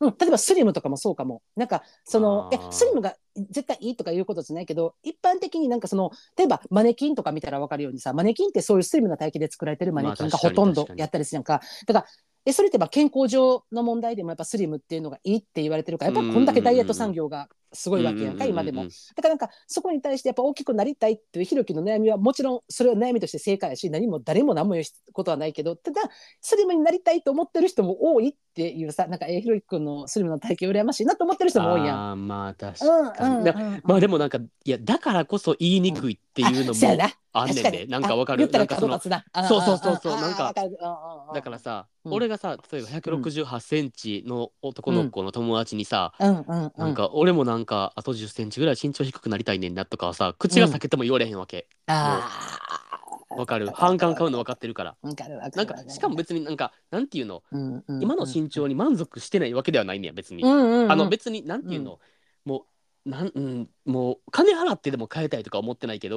B: うん、例えばスリムとかもそうかもなんかその
A: あ
B: え
A: ー
B: スリムが絶対いいとかいうことじゃないけど一般的になんかその例えばマネキンとか見たら分かるようにさマネキンってそういうスリムな体型で作られてるマネキ
A: ま
B: ン
A: あ確
B: が
A: か
B: ほ
A: に
B: とんど
A: 確かに
B: やったりするやんか,、だからえそれってやっぱ健康上の問題でもやっぱスリムっていうのがいいって言われてるからやっぱこんだけダイエット産業がすごいわけやんか、今でも
A: うんうんうんうん。
B: だからなんかそこに対してやっぱ大きくなりたいっていうひろきの悩みはもちろんそれは悩みとして正解やし何も誰も何も言うことはないけどただスリムになりたいと思ってる人も多いっていうさなんかえーひろきくんのスリムの体型羨ましいなと思ってる人も多いやん。
A: あーまあ確
B: う
A: か
B: んうん
A: に。だまあでもなんかいやだからこそ言いにくいっていうの
B: そうや
A: も
B: な
A: あんね
B: 確
A: ん
B: か
A: で
B: に
A: なんかわか
B: あ言
A: る
B: った
A: なん
B: ら
A: かその
B: 角立つなあー
A: そうそうそうそう
B: あー
A: なんか
B: わるうんうんうん
A: だからさ
B: うん
A: 俺がさ例えば168センチの男の子の友達にさ
B: うんうんう
A: なん
B: ん
A: か俺もなんかあと10センチぐらい身長低くなりたいねんなとかはさ口が裂けても言われへんわけ
B: あー
A: わかる反感買うの分かってるから
B: わかるわかる
A: なんかしかも別になんかなんていうの今
B: 今
A: の身長に満足してないわけではないねんや別にあ
B: あ
A: の別になんていうのもうなんうんもう金払ってでも買えたいとか思ってないけど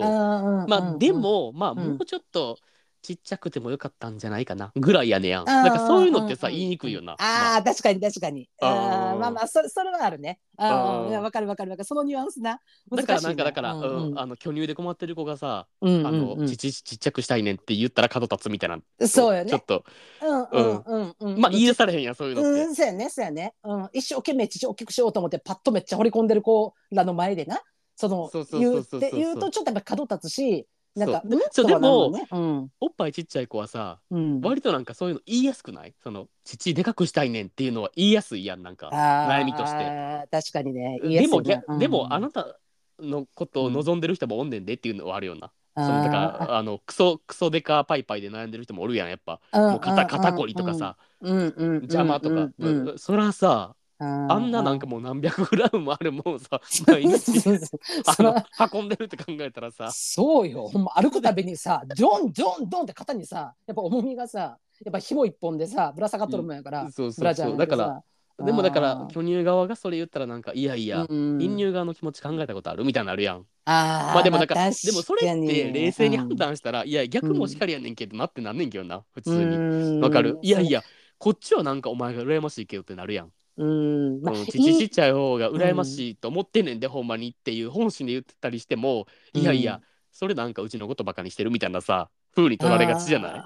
A: まあでもまあ
B: うん
A: もうちょっとちっちゃくてもよかったんじゃないかなぐらいやねやん。
B: あー
A: なんかそういうのってさ
B: うんうん
A: 言いにくいよな。
B: ああ、確かに確かに。
A: あー
B: あーまあまあそれそれはあるね。あ
A: あ
B: ー
A: ー
B: いやわかるわかるわかる。そのニュアンスな。
A: まあだからなんかだから、
B: う
A: うん
B: ん
A: あの巨乳で困ってる子がさ、
B: うん
A: あ
B: うんう
A: の
B: ん
A: ちちちっちゃくしたいねんって言ったら角立つみたいな。
B: そうよ
A: ちょ
B: ね
A: っ。と
B: うんうんうんうん。
A: まあ言い出されへんやんそういうのって。
B: うん、そうやね、そうやね。うん、一生懸命父を大きくしようと思って、パッとめっちゃ掘り込んでる子らの前でな。その
A: そう、そう
B: 言
A: そううそうそう
B: って言うと、ちょっとやっぱ角立つし。なんか、
A: そう
B: うん
A: そう
B: とかなるもん
A: で
B: ねうん、
A: おっぱいちっちゃい子はさ
B: うん。
A: 割となんかそういうの言いやすくないその父でかくしたいねんっていうのは言いやすいやんなんか。
B: あー
A: 悩みとして
B: あー確かにね。言いや
A: で
B: すい
A: も、
B: ね
A: ぎゃでもあ、
B: うん
A: なたのことを望んでる人もおんねんでっていうのはあるよな。
B: あ
A: そのだか
B: ー
A: らあのクソクソデカパイパイで悩んでる人もおるやんやっぱ
B: うん
A: もう肩肩こりとかさ
B: うんうんうんうん
A: 邪魔とか
B: うんうん
A: そらさあ
B: あ
A: んな なんかもう何百グラムもあるもんさ
B: そう
A: 毎日
B: そうそう
A: あ
B: そ
A: の
B: の
A: 運んでるって考えたらさ
B: そうよほんま歩くたびにさドンドンドンって肩にさやっぱ重みがさやっぱ紐一本でさぶら下がっとるもんやから、
A: そう
B: ブ
A: そ
B: ラ
A: う
B: ジャー
A: そう
B: な
A: んだ
B: て
A: か
B: さ
A: らでもだから
B: あー
A: 巨乳側がそれ言ったらなんかいやいや
B: うん
A: 貧乳側の気持ち考えたことあるみたいになのあるやん
B: あー
A: まあでもだから
B: まあ
A: でもそれって冷静に判断したらいや逆もしかりやねんけどなってなんねんけどな普通にわかるいやい
B: や
A: やこっちはなんかお前が羨ましいけどってなるやん
B: うん、まあ、
A: う
B: い
A: ん、ち
B: い
A: ちっちゃい方が羨ましいと思ってんねんで、ほんまにっていう本心で言ってたりしても、いやいやそれなんかうちのことバカにしてるみたいなさ風に取られがちじゃない
B: あ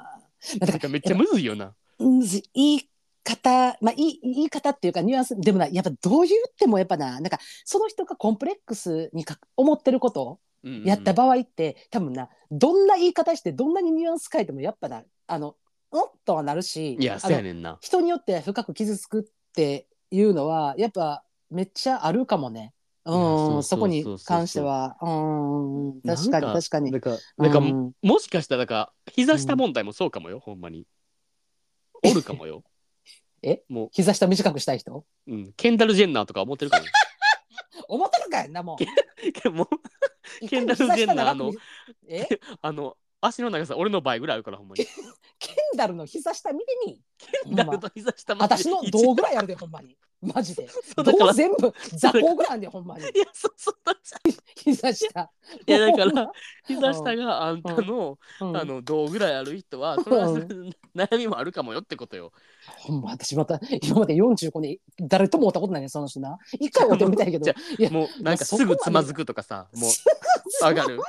B: ー
A: なんかめっちゃむずいよな
B: ーうん言い方まあいい言い方っていうかニュアンスでもなやっぱどう言ってもやっぱななんかその人がコンプレックスにか思ってること
A: うんうん
B: やった場合って、多分などんな言い方してどんなにニュアンス変えてもやっぱなあのうんとはなるし
A: いや
B: あ
A: そうや
B: の
A: ねんな
B: 人によって深く傷つくっていうのはやっぱめっちゃあるかもね。う
A: いやそ
B: ん
A: うそうそうそ
B: そ
A: う
B: こに関してはうん確かに
A: なん
B: 確かに。
A: だからだから
B: うん
A: もしかしたらだから膝下問題もそうかもよ、ほんまにおるかもよ
B: え
A: も
B: 膝下短くしたい人
A: う、うん、ケンダル・ジェンナーとか思ってるかもよ
B: 思ったのかいなも
A: で も
B: う
A: ケンダルジェンナーの
B: いかに膝下長くえ
A: あの足の長さ俺の倍ぐらいあるからほんまに
B: ケンダルの膝下見てみ。ほん
A: ダ
B: ま
A: ルと膝下まで
B: 私の胴ぐらいあるで、ほんまに。マジ で。
A: そうだから
B: 胴全部、雑魚ぐらいあるで、ほんまに。
A: いやそうそうだ
B: 膝下。
A: いやだから膝下があんたの、
B: うん、
A: あの胴ぐらいある人はそれはそれで悩みもあるかもよってことよ。
B: ほんま、私また、今まで45年、誰とも会ったことないね、その人な。一回会ってみたいけど
A: じゃ。
B: いや
A: もうなんかすぐつまずくとかさもう 上がる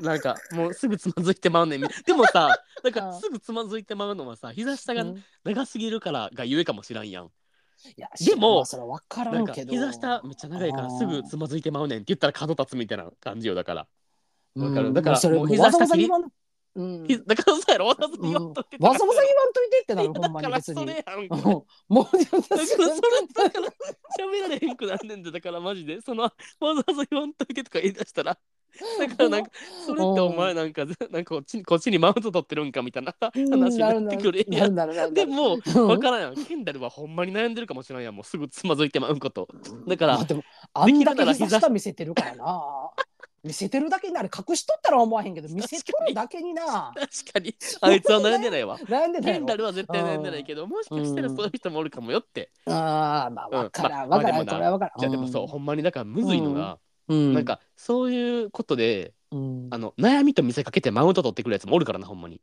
A: なんかもうすぐつまずいてまうねんみでもさなんかすぐつまずいてまうのはさ膝下が
B: うん
A: 長すぎるからがゆえかもしらんやん。
B: いや
A: でも
B: まあそれは分から
A: なん
B: ん
A: か
B: けど。
A: 膝下めっちゃ長いからすぐつまずいてまうねんって言ったら角立つみたいな感じよだから。わかる
B: うん
A: だから
B: もうそれ
A: もう
B: わざ
A: 膝下
B: わざ
A: 切り
B: 言わんうん
A: ひだからそうやろわざわざ
B: うん
A: 言わんとって
B: わざわざ言わんといてってなる、
A: いや
B: ほんまに
A: だから
B: 別
A: そ
B: に。
A: れやん
B: うん
A: か。
B: もう、
A: だからそれだから喋られへんくなんねんでだからマジでそのわざわざ言わんといてとか言い出したらだからなんかそれってお前なんかぜなんかこっちにこっちにマウント取ってるんかみたいな話
B: うん
A: になってくるやん
B: なるなるなるなるなる
A: でも
B: うん
A: 分からんやんケンダルはほんまに悩んでるかもしれないやんもうすぐつまずいてまうことだか
B: まあ
A: ら
B: でもあんだ
A: できるなら
B: け
A: 膝
B: 膝下見せてるからな。見せてるだけになる隠しとったら思わへんけど見せとるだけにな
A: 確かにあいつは悩んでない わ
B: 悩んでた
A: ケ
B: や
A: ン
B: ろ
A: ダルは絶対悩んでないけどもしかしたら
B: うん
A: そういう人もおるかもよって
B: ああまあ
A: うん
B: 分からん
A: まあ
B: 分からん
A: まあ
B: これは分からん
A: じゃあでもそうほんまにだからむずいのが
B: うん
A: なんかそういうことで
B: うん
A: あの悩みと見せかけてマウント取ってくるやつもおるからなほんまに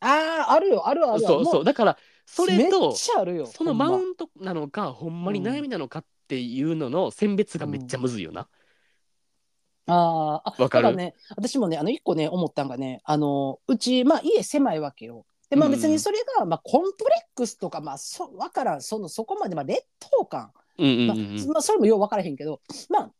B: あああるよあるある
A: そう
B: も
A: そうだからそれ
B: め
A: と
B: っちゃあるよ
A: そのマ
B: ほ
A: ウ
B: んま
A: ントなのかほんまに悩みなのかっていうのの選別がめっちゃむずいよな
B: あーあ
A: わかる
B: だらね私もねあの一個ね思ったんがねあのうちまあ家狭いわけよでまあ別にそれが、まあコンプレックスとかまあそ分からんそのそこまでまあ劣等感
A: うんうん
B: ま
A: う
B: あ
A: んうん
B: まあ、それもよう分からへんけど、まあ、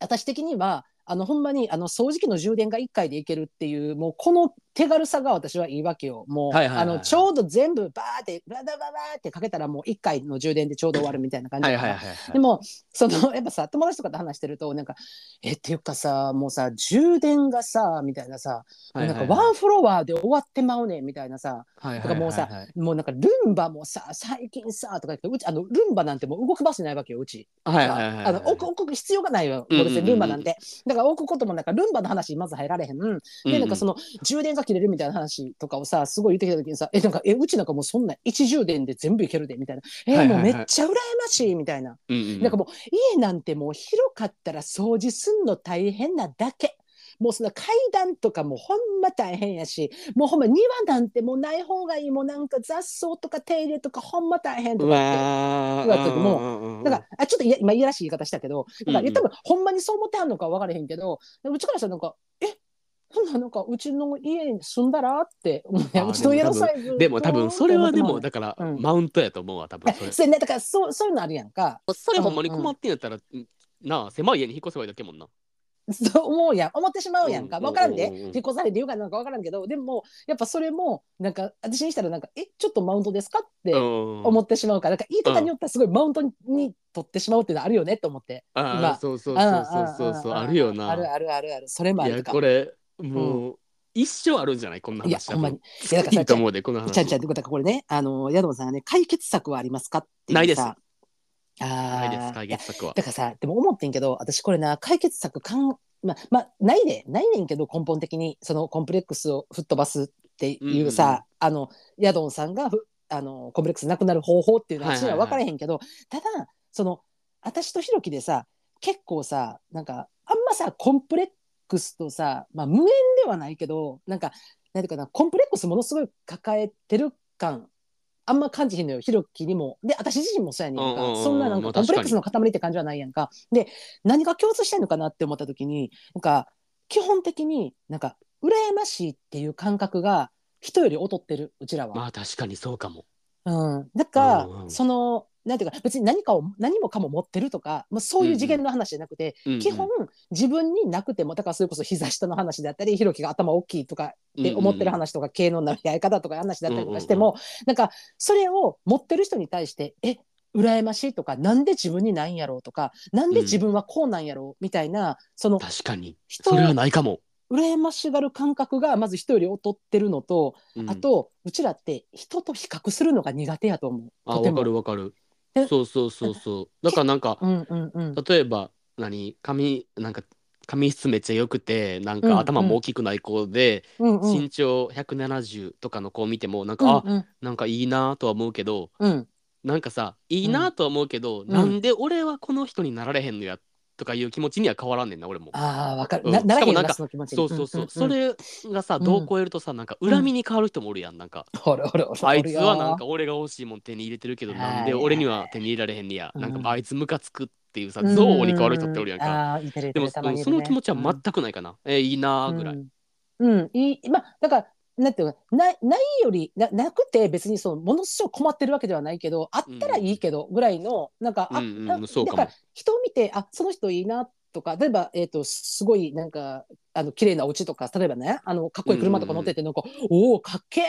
B: 私的にはあのほんまにあの掃除機の充電が1回でいけるっていうもうこの手軽さが私はいいわけよもう
A: はいはいは
B: あ
A: いはい
B: のちょうど全部バーってバラバラバラってかけたらもう1回の充電でちょうど終わるみたいな感じ
A: は
B: だ
A: い
B: か
A: は
B: ら
A: いはいはい
B: でもそのやっぱさ友達とかと話してるとなんかえっていうかさもうさ充電がさみたいなさ、
A: はいはいはい
B: なんかワンフロアで終わってまうねんみたいなさ
A: はいはいはいはい
B: とかもうさもうなんかルンバもさ最近さとか言ってうちあのルンバなんてもう動く場所ないわけようち。
A: はいはいはいはい
B: あの置く置く必要がないよ、
A: うんうんうん
B: 別にルンバなんて。だから置くこともなんかルンバの話まず入られへん。でなんかその充電が切れるみたいな話とかをさすごい言ってきた時にさ「えなんかえうちなんかもうそんな1充電で全部いけるで」みたいな「え
A: はいはい
B: もう
A: はい
B: めっちゃ羨ましい」みたいな、
A: うんうんうん
B: なんかもう家なんてもう広かったら掃除すんの大変なだけ。もうその階段とかもほんま大変やしもうほんま庭なんてもうない方がいいもうなんか雑草とか手入れとかほんま大変と
A: う
B: かって
A: わ
B: だってもうん
A: うんうん
B: だから、あちょっといや今いやらしい言い方したけど、だから
A: うんうん
B: 言ったらほんまにそう思ってはんのかは分からへんけど、うちからしたらなんか、えそんななんかうちの家に住んだらって思うね
A: あー
B: うちの家のサイズ。
A: でも多分それはでも
B: だ
A: だから
B: うん
A: マウントやと思うわ多分それ
B: それねだからそうそういうのあるやんか。
A: それほんまに困ってんやったらなあ狭い家に引っ越せばいいだけやもんな
B: そう思うやん思ってしまうやんか
A: うん
B: 分からんで
A: うんうんうん
B: 引っ越されてよかなのか分からんけどでもやっぱそれもなんか私にしたらなんかえちょっとマウントですかって思
A: 思
B: ってしまうからなんか言い方によってはすごいマウントに取ってしまうっていうのあるよねと思って。
A: あ
B: 今
A: あそうそうそうそうそうそうあるよな
B: あるあるあるあるそれもあ
A: い
B: る
A: や
B: か
A: これもう一生あるんじゃないこんない
B: や
A: 話多
B: ほんま
A: 分
B: にいやだから
A: い
B: さ
A: いと思うでこの話
B: ちゃんちゃんってことはこれね、あの、ヤドンさんがね、解決策はありますかっていうさ
A: ないです
B: ああ。
A: ないです解
B: いや
A: 決策は
B: だからさ、でも思ってんけど、私これな、解決策かん、まあ、まあ、ないで、ないねんけど、根本的に、そのコンプレックスを吹っ飛ばすっていう
A: うんうんうん
B: さ、あの、ヤドンさんがふ、あの、コンプレックスなくなる方法っていうのは、
A: はい
B: 私
A: はい
B: に
A: は
B: はい分からへんけど、ただ、その、私とひろきでさ、結構さ、なんか、あんまさ、コンプレックスとさ、まあ、無縁ではないけど、なんか、なんていうかな、コンプレックスものすごい抱えてる感、あんま感じへんのよ、ひろきにも。で、私自身もそうやねんか。
A: うんうんうん
B: そんななん
A: まあ
B: かコンプレックス
A: 確
B: の塊って感じはないやんか。で、何が共通してんのかなって思った時に、なんか、基本的になんか、羨ましいっていう感覚が、人より劣ってる、うちらは。
A: まあ確かにそうかも
B: うん、だから、
A: うんうん
B: そのなんていうか別に何かを何もかも持ってるとか、まあ、そういう次元の話じゃなくて、
A: うんうん
B: 基本自分になくてもだからそれこそ膝下の話であったりひろきが頭大きいとかって思ってる話とか、経能のやり方とかいう話だったりとかしても、なんかそれを持ってる人に対してえ羨ましいとかなんで自分にないんやろうとかなんで自分はこうなんやろうみたいな、その
A: 確かに
B: 人
A: そ
B: を
A: れはないかも
B: 羨ましがる感覚がまず人より劣ってるのと、
A: うん
B: あとうちらって人と比較するのが苦手やと思う。
A: あ
B: とて
A: わ
B: も
A: かるわかる
B: え
A: そうそうそうそうだからなんか
B: うんうんうん。
A: 例えば何髪なんか髪質めっちゃ良くてなん
B: うん
A: か頭も大きくない子で、
B: うんうん
A: 身長170とかの子を見てもなんか、あ
B: うんうん
A: なんかいいなとは思うけど
B: うん
A: なんかさいいなとは思うけど、
B: ん
A: なんで俺はこの人になられへんのやとかいう気持ちには変わらんねんな俺も。
B: ああわかる
A: うん
B: な
A: しかもな
B: ならへんよ
A: ん
B: な
A: か
B: その気持ち
A: そうそうそう、
B: んんん
A: それがさ
B: うん
A: どう超えるとさなんか恨みに変わる人もおるやんなんか、
B: おるおるおる
A: あいつはなんか俺が欲しいもん手に入れてるけど
B: はいはい
A: なんで俺には手に入れられへんねや、
B: うん
A: なんかあいつムカつくっていうさ憎
B: うん
A: 悪に変わる人っておるやんか、
B: あーいてるいて
A: で
B: る
A: も、
B: たまにい
A: そ
B: るね
A: の気持ちは全くないかな、えいいなーぐらい、
B: うん、うんいいまあだからなんていうのかなないないよりななくて別にそうものすごく困ってるわけではないけどあったらいいけどぐらいの、なんかあ、
A: うんうん
B: な
A: そうかも
B: だから人を見てあその人いいなとか例えば、えー、とすごいなんかあの綺麗なお家とか例えばねあのかっこいい車とか乗っててなんか、おおかっけー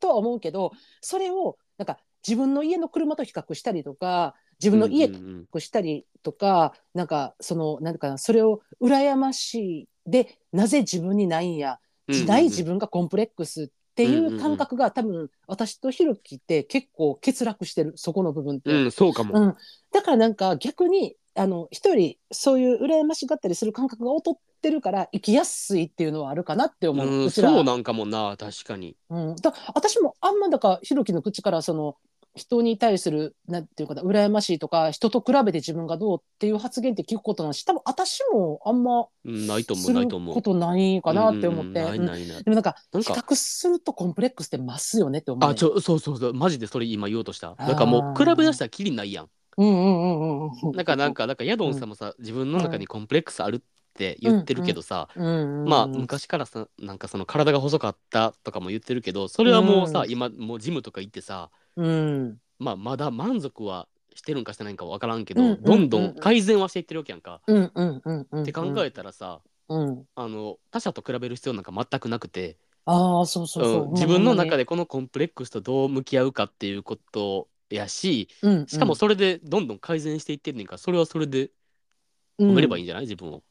B: とは思うけどそれをなんか自分の家の車と比較したりとか自分の家
A: うんうんうん
B: こうしたりとかなんかそのなんていうかなそれを羨ましいでなぜ自分にないんや、
A: うんうん
B: ない自分がコンプレックスって
A: うんうん
B: いううん感覚が、多分私とひろきって結構欠落してるそこの部分って、
A: うんそうかも、
B: うんだからなんか逆にあの一人そういう羨ましがったりする感覚が劣ってるから生きやすいっていうのはあるかなって思う、
A: う、
B: うんちら
A: そうなんかもな確かに
B: うん、だ私もあんまだからひろきの口からその人に対するなんていうかな羨ましいとか人と比べて自分がどうっていう発言って聞くことないし多分私もあんま
A: うんないと思
B: す
A: う
B: る
A: ないと思う
B: ことないかなって思って、
A: うんうんうんないないない、
B: うんでもなんか
A: なん
B: 比
A: か
B: 較するとコンプレックスって増すよねって思うね
A: あちょそうそうそうマジでそれ今言おうとした
B: あー
A: なんかもう比べだしたらキリないやん
B: うんうんうんうんうん
A: なんかなんかなんかヤドンさんもさ、自分の中にコンプレックスあるって言ってるけどさ、
B: うんうんうん
A: まあ昔からさなんかその体が細かったとかも言ってるけどそれはもうさ、今もうジムとか行ってさ
B: うん
A: まあまだ満足はしてるんかしてないんか分からんけど、
B: うんうん
A: どんど
B: うんうんん
A: 改善はしていってるわけやんか、
B: うんうんうんうん
A: って考えたらさ
B: うん
A: あの他者と比べる必要なんか全くなくて
B: ああそうそうそう、
A: うん自分の中
B: で、
A: でこのコンプレックスとどう向き合うかっていうことやし
B: うんうん、
A: しかもそれでどんどん改善していってんねんからそれはそれで
B: うん
A: 褒めればいいんじゃない、自分を。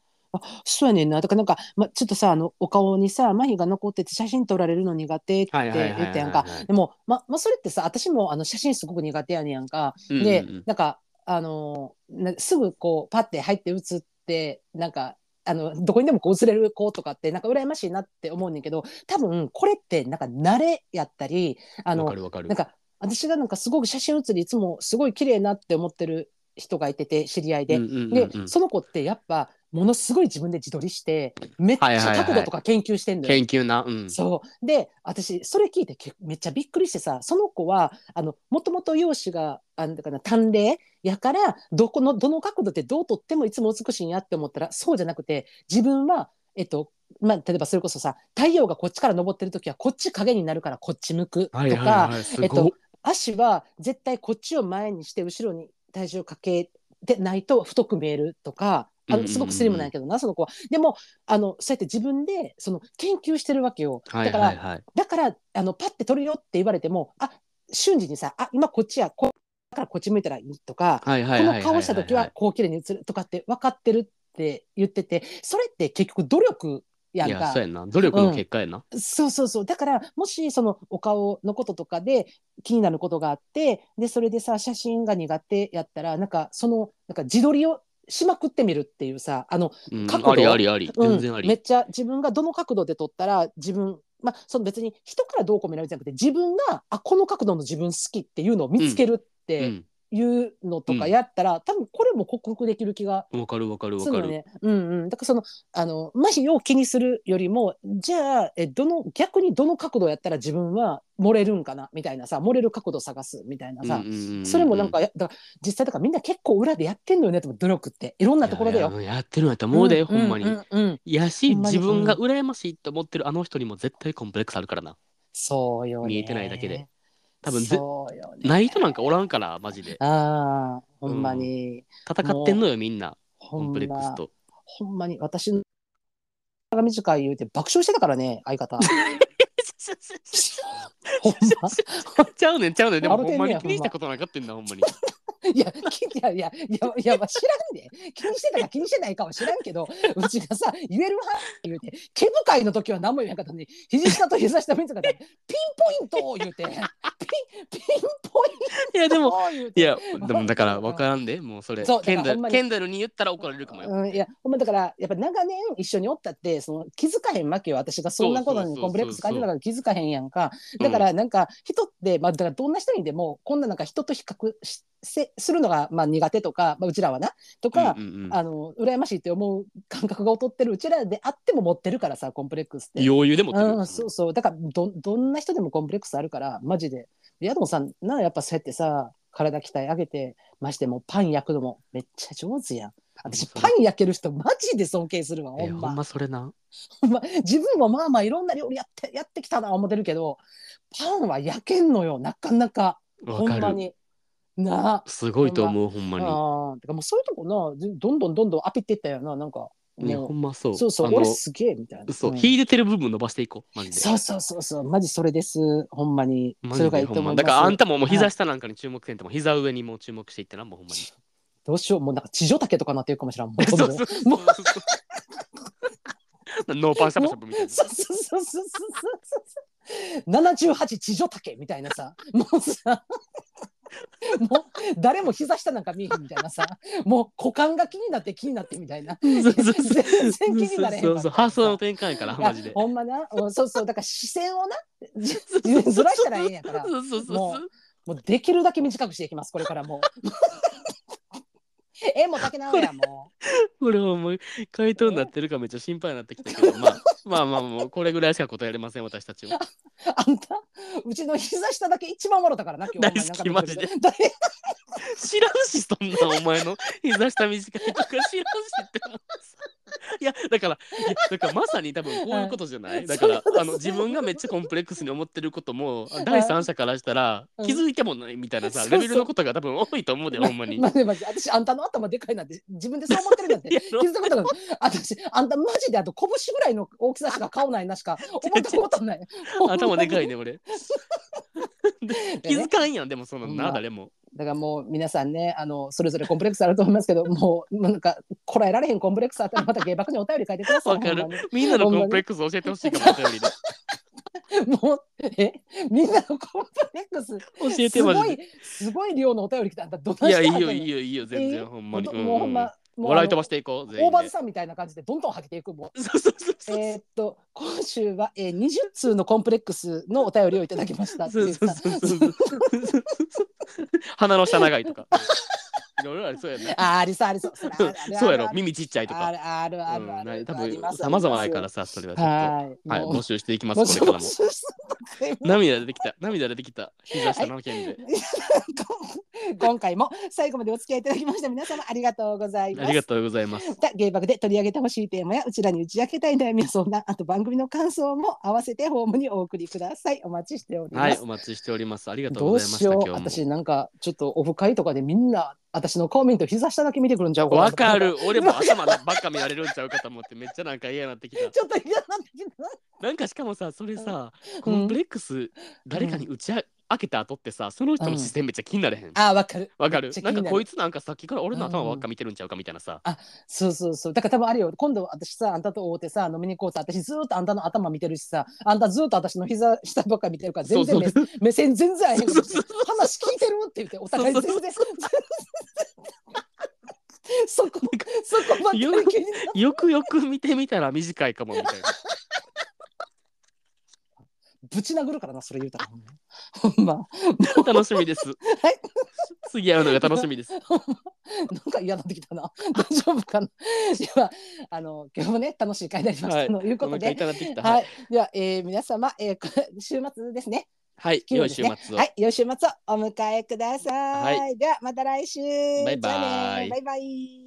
B: そうやねんな。だからなんか、ま、ちょっとさ、あの、お顔にさ、麻痺が残ってて写真撮られるの苦手って言ったやんか。でも、ま、ま、それってさ、私もあの写真すごく苦手やねんやんか。
A: うんうんうん
B: で、なんか、あのなすぐこう、パッて入って写って、なんか、あの、どこにでもこう写れる子とかって、なんか羨ましいなって思うねんけど、多分、これってなんか慣れやったり、あ
A: わ
B: の
A: か、るわかる。
B: なんか、私がなんかすごく写真写り、いつもすごい綺麗なって思ってる人がいてて、知り合いで
A: うん。うんうんう
B: で
A: ん、
B: その子ってやっぱものすごい自分で自撮りしてめっち
A: はいは
B: ゃ
A: いはい
B: 角度とか研究してんのよ。
A: 研究な、うん、
B: そうで私それ聞いてけめっちゃびっくりしてさその子はあのもともと容姿があのだから短麗やからどこのどの角度でどう撮ってもいつも美しいんやって思ったらそうじゃなくて自分はえっとまあ、例えばそれこそさ太陽がこっちから昇ってる時はこっち影になるからこっち向くとか、
A: はいはいはい、すご
B: えっと足は絶対こっちを前にして後ろに体重をかけてないと太く見えるとかあ
A: うんうんう
B: の
A: ん
B: すごくスリムなんやけどな、その子はでもあのそうやって自分でその研究してるわけよだか
A: はい
B: ら、
A: はいはい。
B: だからあのパッて取るよって言われてもあ瞬時にさあ今こっちやこだからこっち向いたらいいとか、
A: はいはいはいはいはいはい。
B: この顔した時はこう綺麗に映るとかって分かってるって言っててそれって結局努力や
A: い
B: ん
A: や
B: か
A: そうやんな努力の結果やな。
B: そうそうそうだからもしそのお顔のこととかで気になることがあってでそれでさ写真が苦手やったらなんかそのなんか自撮りをしまくってみるっていうさあの、
A: うん
B: 角度
A: ありありあり
B: うん
A: 全然あり。
B: めっちゃ自分がどの角度で撮ったら自分まあその別に人からどうこう見られるんじゃなくて自分があこの角度の自分好きっていうのを見つけるっ
A: う
B: て
A: ん
B: いうのとかやったら、多分これも克服できる気が
A: わかるわかるわ
B: そ
A: か
B: う
A: る。
B: ね。うんうん。だからそのあの麻痺を気にするよりも、じゃあえどの逆にどの角度やったら自分は漏れるんかなみたいなさ、漏れる角度探すみたいなさ。
A: うんうんうんうん
B: それもなんかやだから実際だからみんな結構裏でやってんのよねと思う努力っていろんなところで
A: い
B: よ。
A: やいややってるんやったらもうで、
B: ん
A: ほんまに。
B: うんうん
A: いやし
B: ほんまに
A: 自分が羨ましいと思ってるあの人にも絶対コンプレックスあるからな
B: そうよね。
A: 見えてないだけで。多分ぜ
B: そうよね。
A: ない人なんかおらんからマジで
B: ああほんまに、
A: 戦ってんのよみんな
B: ほ
A: コン
B: ん
A: プレックス
B: ま
A: と
B: ほんまに私の が短い言うて爆笑してたからね相方。ほんま
A: ちゃうねんちゃうねんでも
B: 笑
A: ほ
B: て
A: ん
B: ん
A: ま
B: ね
A: に
B: や
A: 気にしたことなかったんだほんまに
B: いや、きいやいや、いや、いや、まあ、知らんで、気にしてたか気にしてないかは知らんけど、うちがさ、言えるは言うて、毛深いの時は何も言えなかったのに、肘下と膝下面とかで、ピンポイントを言うて、ピン、ピンポイ
A: いやで
B: ント
A: も
B: を言う
A: い
B: て。
A: やでもだから分からんでもうそれ
B: そうだか
A: ケ
B: ら
A: ン
B: ほん
A: ダ
B: まに
A: ケンダルに言ったら怒られるかもよ
B: うん、いやほんまだからやっぱ長年一緒におったってその気づかへんわけよ私がそんなこ
A: そ
B: と
A: うそうそうそ
B: に
A: う
B: コンプレックス感じたから気づかへんやんかだからなんか人って、まあ、だからどんな人にでもこんななんか人と比較しせするのがまあ苦手とか、まあ、うちらはなとか、
A: うんうんうん
B: あの羨ましいって思う感覚が劣ってるうちらであっても持ってるからさコンプレックスって。
A: 余裕でもってる
B: うん、そうそうだからどどんな人でもコンプレックスあるからマジで。でヤドンさんなやっぱそうやってさ体鍛え上げてましてもうパン焼くのもめっちゃ上手やん。私
A: ほんまそ
B: パ
A: れ
B: ン焼ける人マジで尊敬するわほ
A: いや
B: ん
A: ほん
B: ま
A: まそれな
B: ほんま自分もまあまあいろんな料理やってやってきたな思ってるけどパンは焼けんのよなかなか
A: わ
B: ほんま
A: かる
B: になあ
A: すごいと思うほんまに
B: あーてかもうそういうとこなどんどんどんどんアピっていったよななんか
A: ね
B: もう
A: ほんまそう
B: そうそう
A: あの
B: 俺すげえみたいな
A: そう、
B: ん
A: 秀でてる部分伸ばしていこうマジで
B: そうそうそうそうマジそれですほんまに
A: マ
B: それ
A: ジ
B: が
A: で
B: いいと
A: ほん
B: 思い
A: ま
B: ます
A: だからあんたももう膝下なんかに注目せんとも膝上にもう注目していってなもうほんまに
B: どうしようもうなんか地上竹とかなってるかもしれんもう
A: そう
B: そ
A: そう うそう
B: も
A: ノーパンシャブシャブみたいな
B: そうそうそうそうそう78地上竹みたいなさもうさもう誰も膝下なんか見えへんみたいなさもう股間が気になって気になってみたいな
A: そうそうそう
B: 全然気になれへんか
A: そ
B: ら
A: うそう発想の転換やからマジ
B: いや
A: で
B: ほんまな、うん、そうそうだから視線をなずらしたらええんやから
A: そうそうそう
B: も
A: そうう
B: もうできるだけ短くしていきますこれから もうえもう竹直やも
A: これはもう回答になってるかめっちゃ心配になってきたけどまあまあまあもうこれぐらいしか答えられません私たちは
B: うあんたうちの膝下だけ一番もろた からな今日
A: 大好き
B: お前なんかびっくりした 誰
A: 知らんしそんなお前の膝下短いとか知らんしって思ういやだからいやだからまさに多分こういうことじゃない、
B: はい
A: だから
B: そうそう
A: あの自分がめっちゃコンプレックスに思ってることも第三者からしたら
B: うん
A: 気づいてもないみたいなさ、
B: そうそう
A: レベルのことが多分多いと思うでほん まに。
B: まあねまあ私あんたの頭でかいなんて自分でそう思ってるなんて
A: いや
B: 気づいたことない私あんたマジであと拳ぐらいの大きさしか 顔ないなしか思ったこと ない
A: 頭でか いね俺で気づかんやんでもその
B: ほんま
A: な誰も
B: だからもう皆さんねあのそれぞれコンプレックスあると思いますけどもうもうなんかこらえられへんコンプレックスあったらまた芸爆にお便り書いてください
A: わかる
B: ほんまに
A: みんなのコンプレックス教えてほしいかもお便りで
B: もうえみんなのコンプレック
A: 教
B: ス
A: えて
B: す
A: マ
B: ご
A: ジ
B: い
A: です
B: ごい量のお便り来たあんたど
A: いやいい
B: ん
A: よいい
B: よ
A: よいいよ全
B: え
A: 然ほんまに、うんうん
B: もうほんまもう
A: 笑い飛ばしていこう全
B: 大
A: 員で
B: 場さんみたいな感じでどんどんはけていくもう
A: そうそうそうそう
B: えーっと今週は、えー、20通のコンプレックスのお便りをいただきましたって
A: そ
B: いう
A: うそう
B: さ
A: そうそう。 鼻の下長いとか。いろいろありそうや な。
B: あーありそうありそうそれあるある
A: そうやろ
B: あ、る
A: 耳ちっちゃいと
B: あ
A: か。
B: るあるあ
A: う
B: るあ
A: ん
B: る
A: ない多
B: ありま
A: 分
B: す
A: 様々やから
B: あ
A: さ、それは
B: り
A: ちょっと。は
B: ますはい
A: い、
B: もう
A: 募集していきま
B: もう
A: す、これからも。
B: そうそうそう
A: 涙出てきた、涙出てきた、膝下の件で。
B: 今回も最後までお付き合いいただきました皆様ありがとうございます
A: ありがとうございます。
B: また芸爆で取り上げてほしいテーマやうちらに打ち明けたい悩みや相談あと番組の感想も合わせてホームにお送りくださいお待ちしております、
A: はい、お待ちしております。ありがとう
B: ど
A: ご
B: う
A: ざいま
B: し
A: した、
B: よ
A: 今
B: う
A: 日
B: 私なんかちょっとオフ会とかでみんな私の顔見ると膝下だけ見てくるんちゃう
A: も。
B: な
A: わかる、俺も朝までばっか見られるんちゃうかと思って、めっちゃなんか嫌になってき た。
B: ちょっと嫌なんだけど
A: なんかしかもさ、それさ、コンプレックス、誰かに打ちあ開けた後ってさ、その人の視線めっちゃ気になれへん。
B: あーわかる
A: わかる
B: めっちゃ気
A: な
B: に
A: ん
B: な
A: か
B: る
A: こいつなんかさっきから俺の頭ばっか見てるんちゃうかみたいなさ。
B: そうそうそうだから多分あれよ今度私さあんたと会うてさ飲みに行こうさ私ずーっとあんたの頭見てるしさあんたずーっと私の膝下ばっか見てるから全然
A: そう
B: 目
A: そう
B: 目線全然合えへんから
A: そうそう
B: 話聞いてるって言ってお互い全然
A: そう
B: 全然そこそこばっかり気になる
A: よくよく見てみたら短いかもみたいな。
B: ぶち殴るからなそれ言うたらほんまほん
A: 楽しみです。
B: はい
A: 次会うのが楽し みです。
B: まなんか嫌になってきたな大丈夫かなではあの今日もね楽しい会になりました、
A: はい
B: というこ
A: お腹
B: とで
A: 痛なってきた。
B: は
A: はい
B: い、では、えー、皆様、えー、こ週末ですね。
A: はい、
B: 金
A: 良
B: 曜
A: い
B: 日
A: 週
B: です
A: 末
B: ね
A: を
B: は。い、良い週末をお迎えください。
A: は
B: では、また来週。
A: バイバイ
B: じゃあねバイバイ。